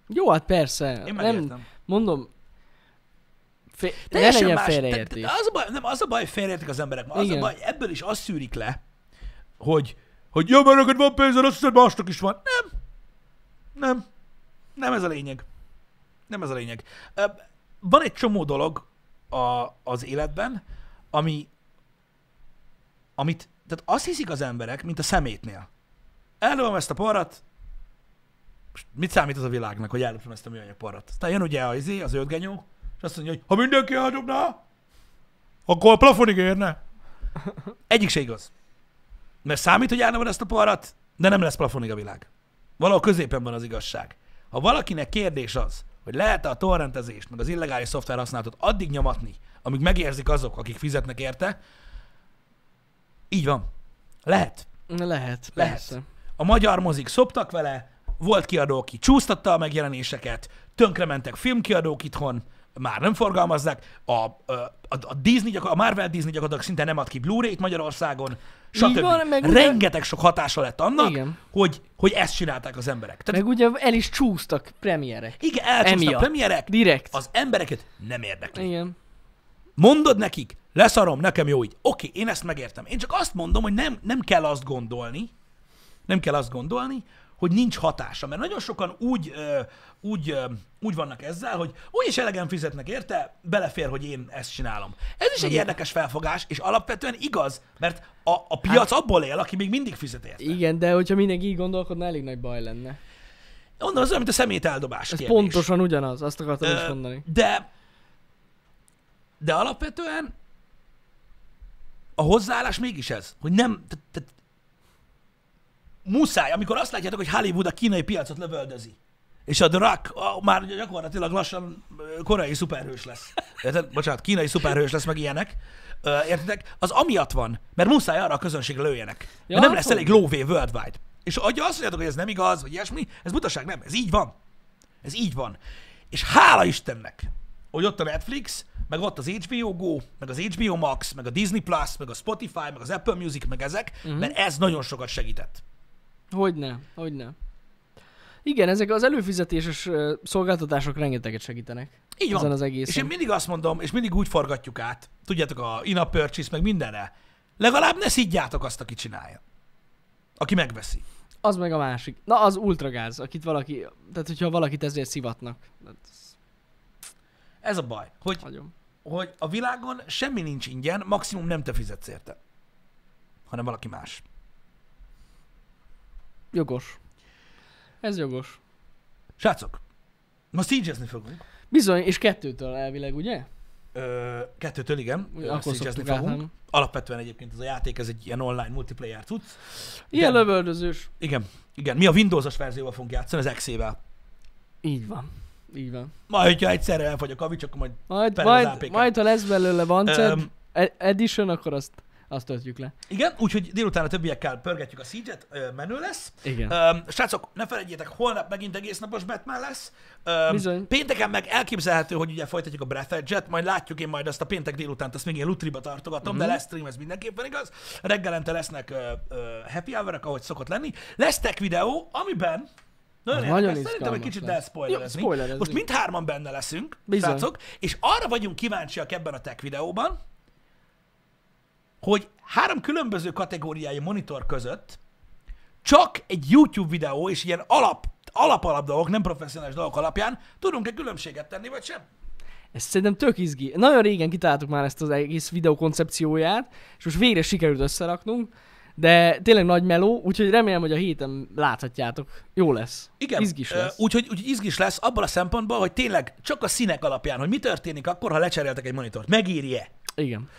[SPEAKER 1] Jó, hát persze.
[SPEAKER 2] Én megértem.
[SPEAKER 1] nem, mondom, fé... ne
[SPEAKER 2] Teljesen
[SPEAKER 1] legyen
[SPEAKER 2] más.
[SPEAKER 1] félreértés.
[SPEAKER 2] Te- te- Az a baj, nem, az a baj, hogy félreértik az emberek. Az Igen.
[SPEAKER 1] Igen.
[SPEAKER 2] a baj, ebből is azt szűrik le, hogy, hogy jó, mert neked van pénzed, azt hiszed, másnak is van. Nem. Nem. Nem ez a lényeg. Nem ez a lényeg. Ö, Van egy csomó dolog a, az életben, ami, amit, tehát azt hiszik az emberek, mint a szemétnél. Ellopom ezt a parat, és mit számít az a világnak, hogy ellopom ezt a műanyag parat? Aztán jön ugye az, az ötgenyó, és azt mondja, hogy ha mindenki eldobná,
[SPEAKER 3] Akkor a plafonig érne.
[SPEAKER 2] egyik se igaz. Mert számít, hogy elnövel ezt a parat, de nem lesz plafonig a világ. Valahol középen van az igazság. Ha valakinek kérdés az, hogy lehet a torrentezést, meg az illegális szoftver használatot addig nyomatni, amíg megérzik azok, akik fizetnek érte, így van. Lehet.
[SPEAKER 1] Na, Lehet,
[SPEAKER 2] Lehet.
[SPEAKER 1] persze.
[SPEAKER 2] A magyar mozik szoptak vele, volt kiadó, aki csúsztatta a megjelenéseket, tönkrementek filmkiadók itthon, már nem forgalmazzák, a, a, a, a Disney, gyakor- a Marvel Disney gyakorlatilag szinte nem ad ki Blu-ray-t Magyarországon, stb.
[SPEAKER 1] van, meg ugye-
[SPEAKER 2] Rengeteg sok hatása lett annak,
[SPEAKER 1] Igen.
[SPEAKER 2] hogy, hogy ezt csinálták az emberek. Tehát
[SPEAKER 1] Meg ugye el is csúsztak premierek.
[SPEAKER 2] igen, elcsúsztak
[SPEAKER 1] emiatt.
[SPEAKER 2] premierek,
[SPEAKER 1] Direkt.
[SPEAKER 2] az embereket nem érdekli.
[SPEAKER 1] Igen.
[SPEAKER 2] Mondod nekik, leszarom, nekem jó így. Oké, én ezt megértem. Én csak azt mondom, hogy nem, nem kell azt gondolni, nem kell azt gondolni, hogy nincs hatása. Mert nagyon sokan úgy, ö, úgy, ö, úgy vannak ezzel, hogy úgyis elegen fizetnek érte, belefér, hogy én ezt csinálom. Ez is egy érdekes felfogás, és alapvetően igaz, mert a, a piac abból él, aki még mindig fizet érte.
[SPEAKER 1] Igen, de hogyha mindenki így gondolkodna, elég nagy baj lenne.
[SPEAKER 2] Mondom, az olyan, mint a szemét eldobás
[SPEAKER 1] Ez
[SPEAKER 2] kérdés.
[SPEAKER 1] pontosan ugyanaz, azt akartam is
[SPEAKER 2] Ö,
[SPEAKER 1] mondani.
[SPEAKER 2] De, de alapvetően a hozzáállás mégis ez, hogy nem, tehát, tehát, muszáj, amikor azt látjátok, hogy Hollywood a kínai piacot lövöldözi, és a The Rock a, már gyakorlatilag lassan ö, koreai szuperhős lesz. Érted? Bocsánat, kínai szuperhős lesz, meg ilyenek. Ö, Értitek? Az amiatt van, mert muszáj arra a közönségre lőjenek.
[SPEAKER 1] Ja,
[SPEAKER 2] Ja, nem
[SPEAKER 1] hát
[SPEAKER 2] lesz
[SPEAKER 1] hogy
[SPEAKER 2] elég lóvé worldwide. És ha azt mondjátok, hogy ez nem igaz, vagy ilyesmi, ez butaság, nem, ez így van. Ez így van. És hála Istennek, hogy ott a Netflix, meg ott az HBO Go, meg az HBO Max, meg a Disney Plus, meg a Spotify, meg az Apple Music, meg ezek,
[SPEAKER 1] Mhm.
[SPEAKER 2] uh-huh. mert ez nagyon sokat segített.
[SPEAKER 1] Hogyne, hogyne. Igen, ezek az előfizetéses ö, szolgáltatások rengeteget segítenek.
[SPEAKER 2] Így van.
[SPEAKER 1] Ezen az
[SPEAKER 2] És én
[SPEAKER 1] egészen.
[SPEAKER 2] mindig azt mondom, és mindig úgy forgatjuk át, tudjátok, a in purchase, meg mindenre, legalább ne szidjátok azt, aki csinálja. Aki megveszi.
[SPEAKER 1] Az meg a másik. Na, az ultragáz, akit valaki, tehát hogyha valakit ezért szivatnak. Hát, ez
[SPEAKER 2] Ez a baj, hogy,
[SPEAKER 1] nagyon.
[SPEAKER 2] hogy a világon semmi nincs ingyen, maximum nem te fizetsz érte, hanem valaki más.
[SPEAKER 1] Jogos. Ez jogos.
[SPEAKER 2] Srácok, ma szígyezni fogunk.
[SPEAKER 1] Bizony, és kettőtől elvileg, ugye?
[SPEAKER 2] Ö, kettőtől igen,
[SPEAKER 1] Ugye,
[SPEAKER 2] ö,
[SPEAKER 1] akkor
[SPEAKER 2] szígyezni
[SPEAKER 1] szoktuk
[SPEAKER 2] fogunk.
[SPEAKER 1] át, nem?
[SPEAKER 2] Alapvetően egyébként ez a játék, ez egy ilyen online multiplayer cucc.
[SPEAKER 1] Ilyen
[SPEAKER 2] Igen.
[SPEAKER 1] lövöldözős.
[SPEAKER 2] Igen, igen, mi a Windows-os verzióval fogunk játszani, az XE-vel.
[SPEAKER 1] Így van. Így van.
[SPEAKER 2] Majd, hogyha egyszerre elfogy a kavics, akkor majd
[SPEAKER 1] Majd,
[SPEAKER 2] Perez
[SPEAKER 1] majd,
[SPEAKER 2] APK.
[SPEAKER 1] majd ha lesz belőle Vanced
[SPEAKER 2] Öm.
[SPEAKER 1] um, e- Edition, akkor azt azt töltjük le.
[SPEAKER 2] Igen, úgyhogy délután a többiekkel pörgetjük a Siege-et, ö, menő lesz.
[SPEAKER 1] Igen.
[SPEAKER 2] Öm, srácok, ne felejtjétek, holnap megint egész napos Batman lesz. Öm,
[SPEAKER 1] Bizony.
[SPEAKER 2] Pénteken meg elképzelhető, hogy ugye folytatjuk a Breath Edge-et, majd látjuk én majd azt a péntek délután, azt még ilyen lutriba tartogatom,
[SPEAKER 1] Mhm.
[SPEAKER 2] de lesz stream, ez mindenképpen igaz. Reggelente lesznek ö, ö, happy hour ahogy szokott lenni. Lesz tech videó, amiben nagyon,
[SPEAKER 1] Az
[SPEAKER 2] érdekes,
[SPEAKER 1] nagyon
[SPEAKER 2] szerintem egy
[SPEAKER 1] izgalmas
[SPEAKER 2] kicsit
[SPEAKER 1] lesz.
[SPEAKER 2] elspoilerezni.
[SPEAKER 1] Jó, spoilerezzünk.
[SPEAKER 2] Most mindhárman benne leszünk,
[SPEAKER 1] Bizony.
[SPEAKER 2] srácok, és arra vagyunk kíváncsiak ebben a tech videóban, hogy három különböző kategóriájú monitor között csak egy YouTube videó és ilyen alap, alap-alap dolgok, nem professzionális dolgok alapján tudunk-e különbséget tenni, vagy sem?
[SPEAKER 1] Ez szerintem tök izgi. Nagyon régen kitaláltuk már ezt az egész videó koncepcióját, és most végre sikerült összeraknunk, de tényleg nagy meló, úgyhogy remélem, hogy a héten láthatjátok. Jó lesz.
[SPEAKER 2] Igen,
[SPEAKER 1] Izgis
[SPEAKER 2] ö,
[SPEAKER 1] lesz.
[SPEAKER 2] Úgyhogy úgy, izgis lesz abban a szempontból, hogy tényleg csak a színek alapján, hogy mi történik akkor, ha lecseréltek egy monitort. Megírje.
[SPEAKER 1] Igen.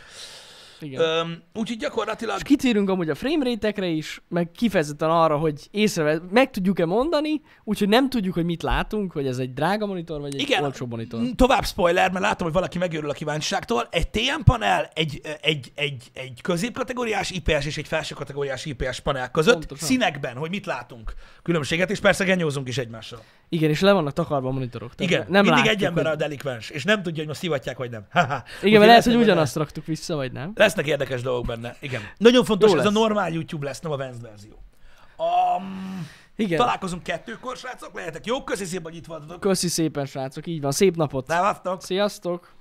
[SPEAKER 1] Igen.
[SPEAKER 2] Öm, úgyhogy gyakorlatilag...
[SPEAKER 1] És kitérünk amúgy a framerate-ekre is, meg kifejezetten arra, hogy észreve, meg tudjuk-e mondani, úgyhogy nem tudjuk, hogy mit látunk, hogy ez egy drága monitor, vagy egy
[SPEAKER 2] Igen,
[SPEAKER 1] olcsó monitor.
[SPEAKER 2] m- tovább spoiler, mert látom, hogy valaki megőrül a kíváncsiságtól. Egy TM panel, egy, ö, egy, egy, egy középkategóriás IPS és egy felső kategóriás IPS panel között,
[SPEAKER 1] Pontosan.
[SPEAKER 2] színekben, hogy mit látunk különbséget, és persze genyózunk is egymással.
[SPEAKER 1] Igen, és le vannak takarva a monitorok. Tehát
[SPEAKER 2] Igen,
[SPEAKER 1] ne-
[SPEAKER 2] nem mindig egy
[SPEAKER 1] látjuk,
[SPEAKER 2] ember
[SPEAKER 1] hogy-
[SPEAKER 2] a delikvens, és nem tudja, hogy most szivatják, vagy nem. Haha. Úgyhogy
[SPEAKER 1] Igen, mert lehet,
[SPEAKER 2] lesznek
[SPEAKER 1] hogy
[SPEAKER 2] benne-
[SPEAKER 1] ugyanazt raktuk vissza, vagy nem.
[SPEAKER 2] Lesznek érdekes dolgok benne, igen. Nagyon fontos,
[SPEAKER 1] Jó
[SPEAKER 2] ez a
[SPEAKER 1] lesz.
[SPEAKER 2] normál YouTube lesz, nem a Vance verzió. Um,
[SPEAKER 1] Igen.
[SPEAKER 2] találkozunk kettőkor, srácok, lehetek jók, köszi szépen, hogy itt voltatok.
[SPEAKER 1] Köszi szépen, srácok, így van. Szép napot.
[SPEAKER 2] Láváztok!
[SPEAKER 1] Sziasztok!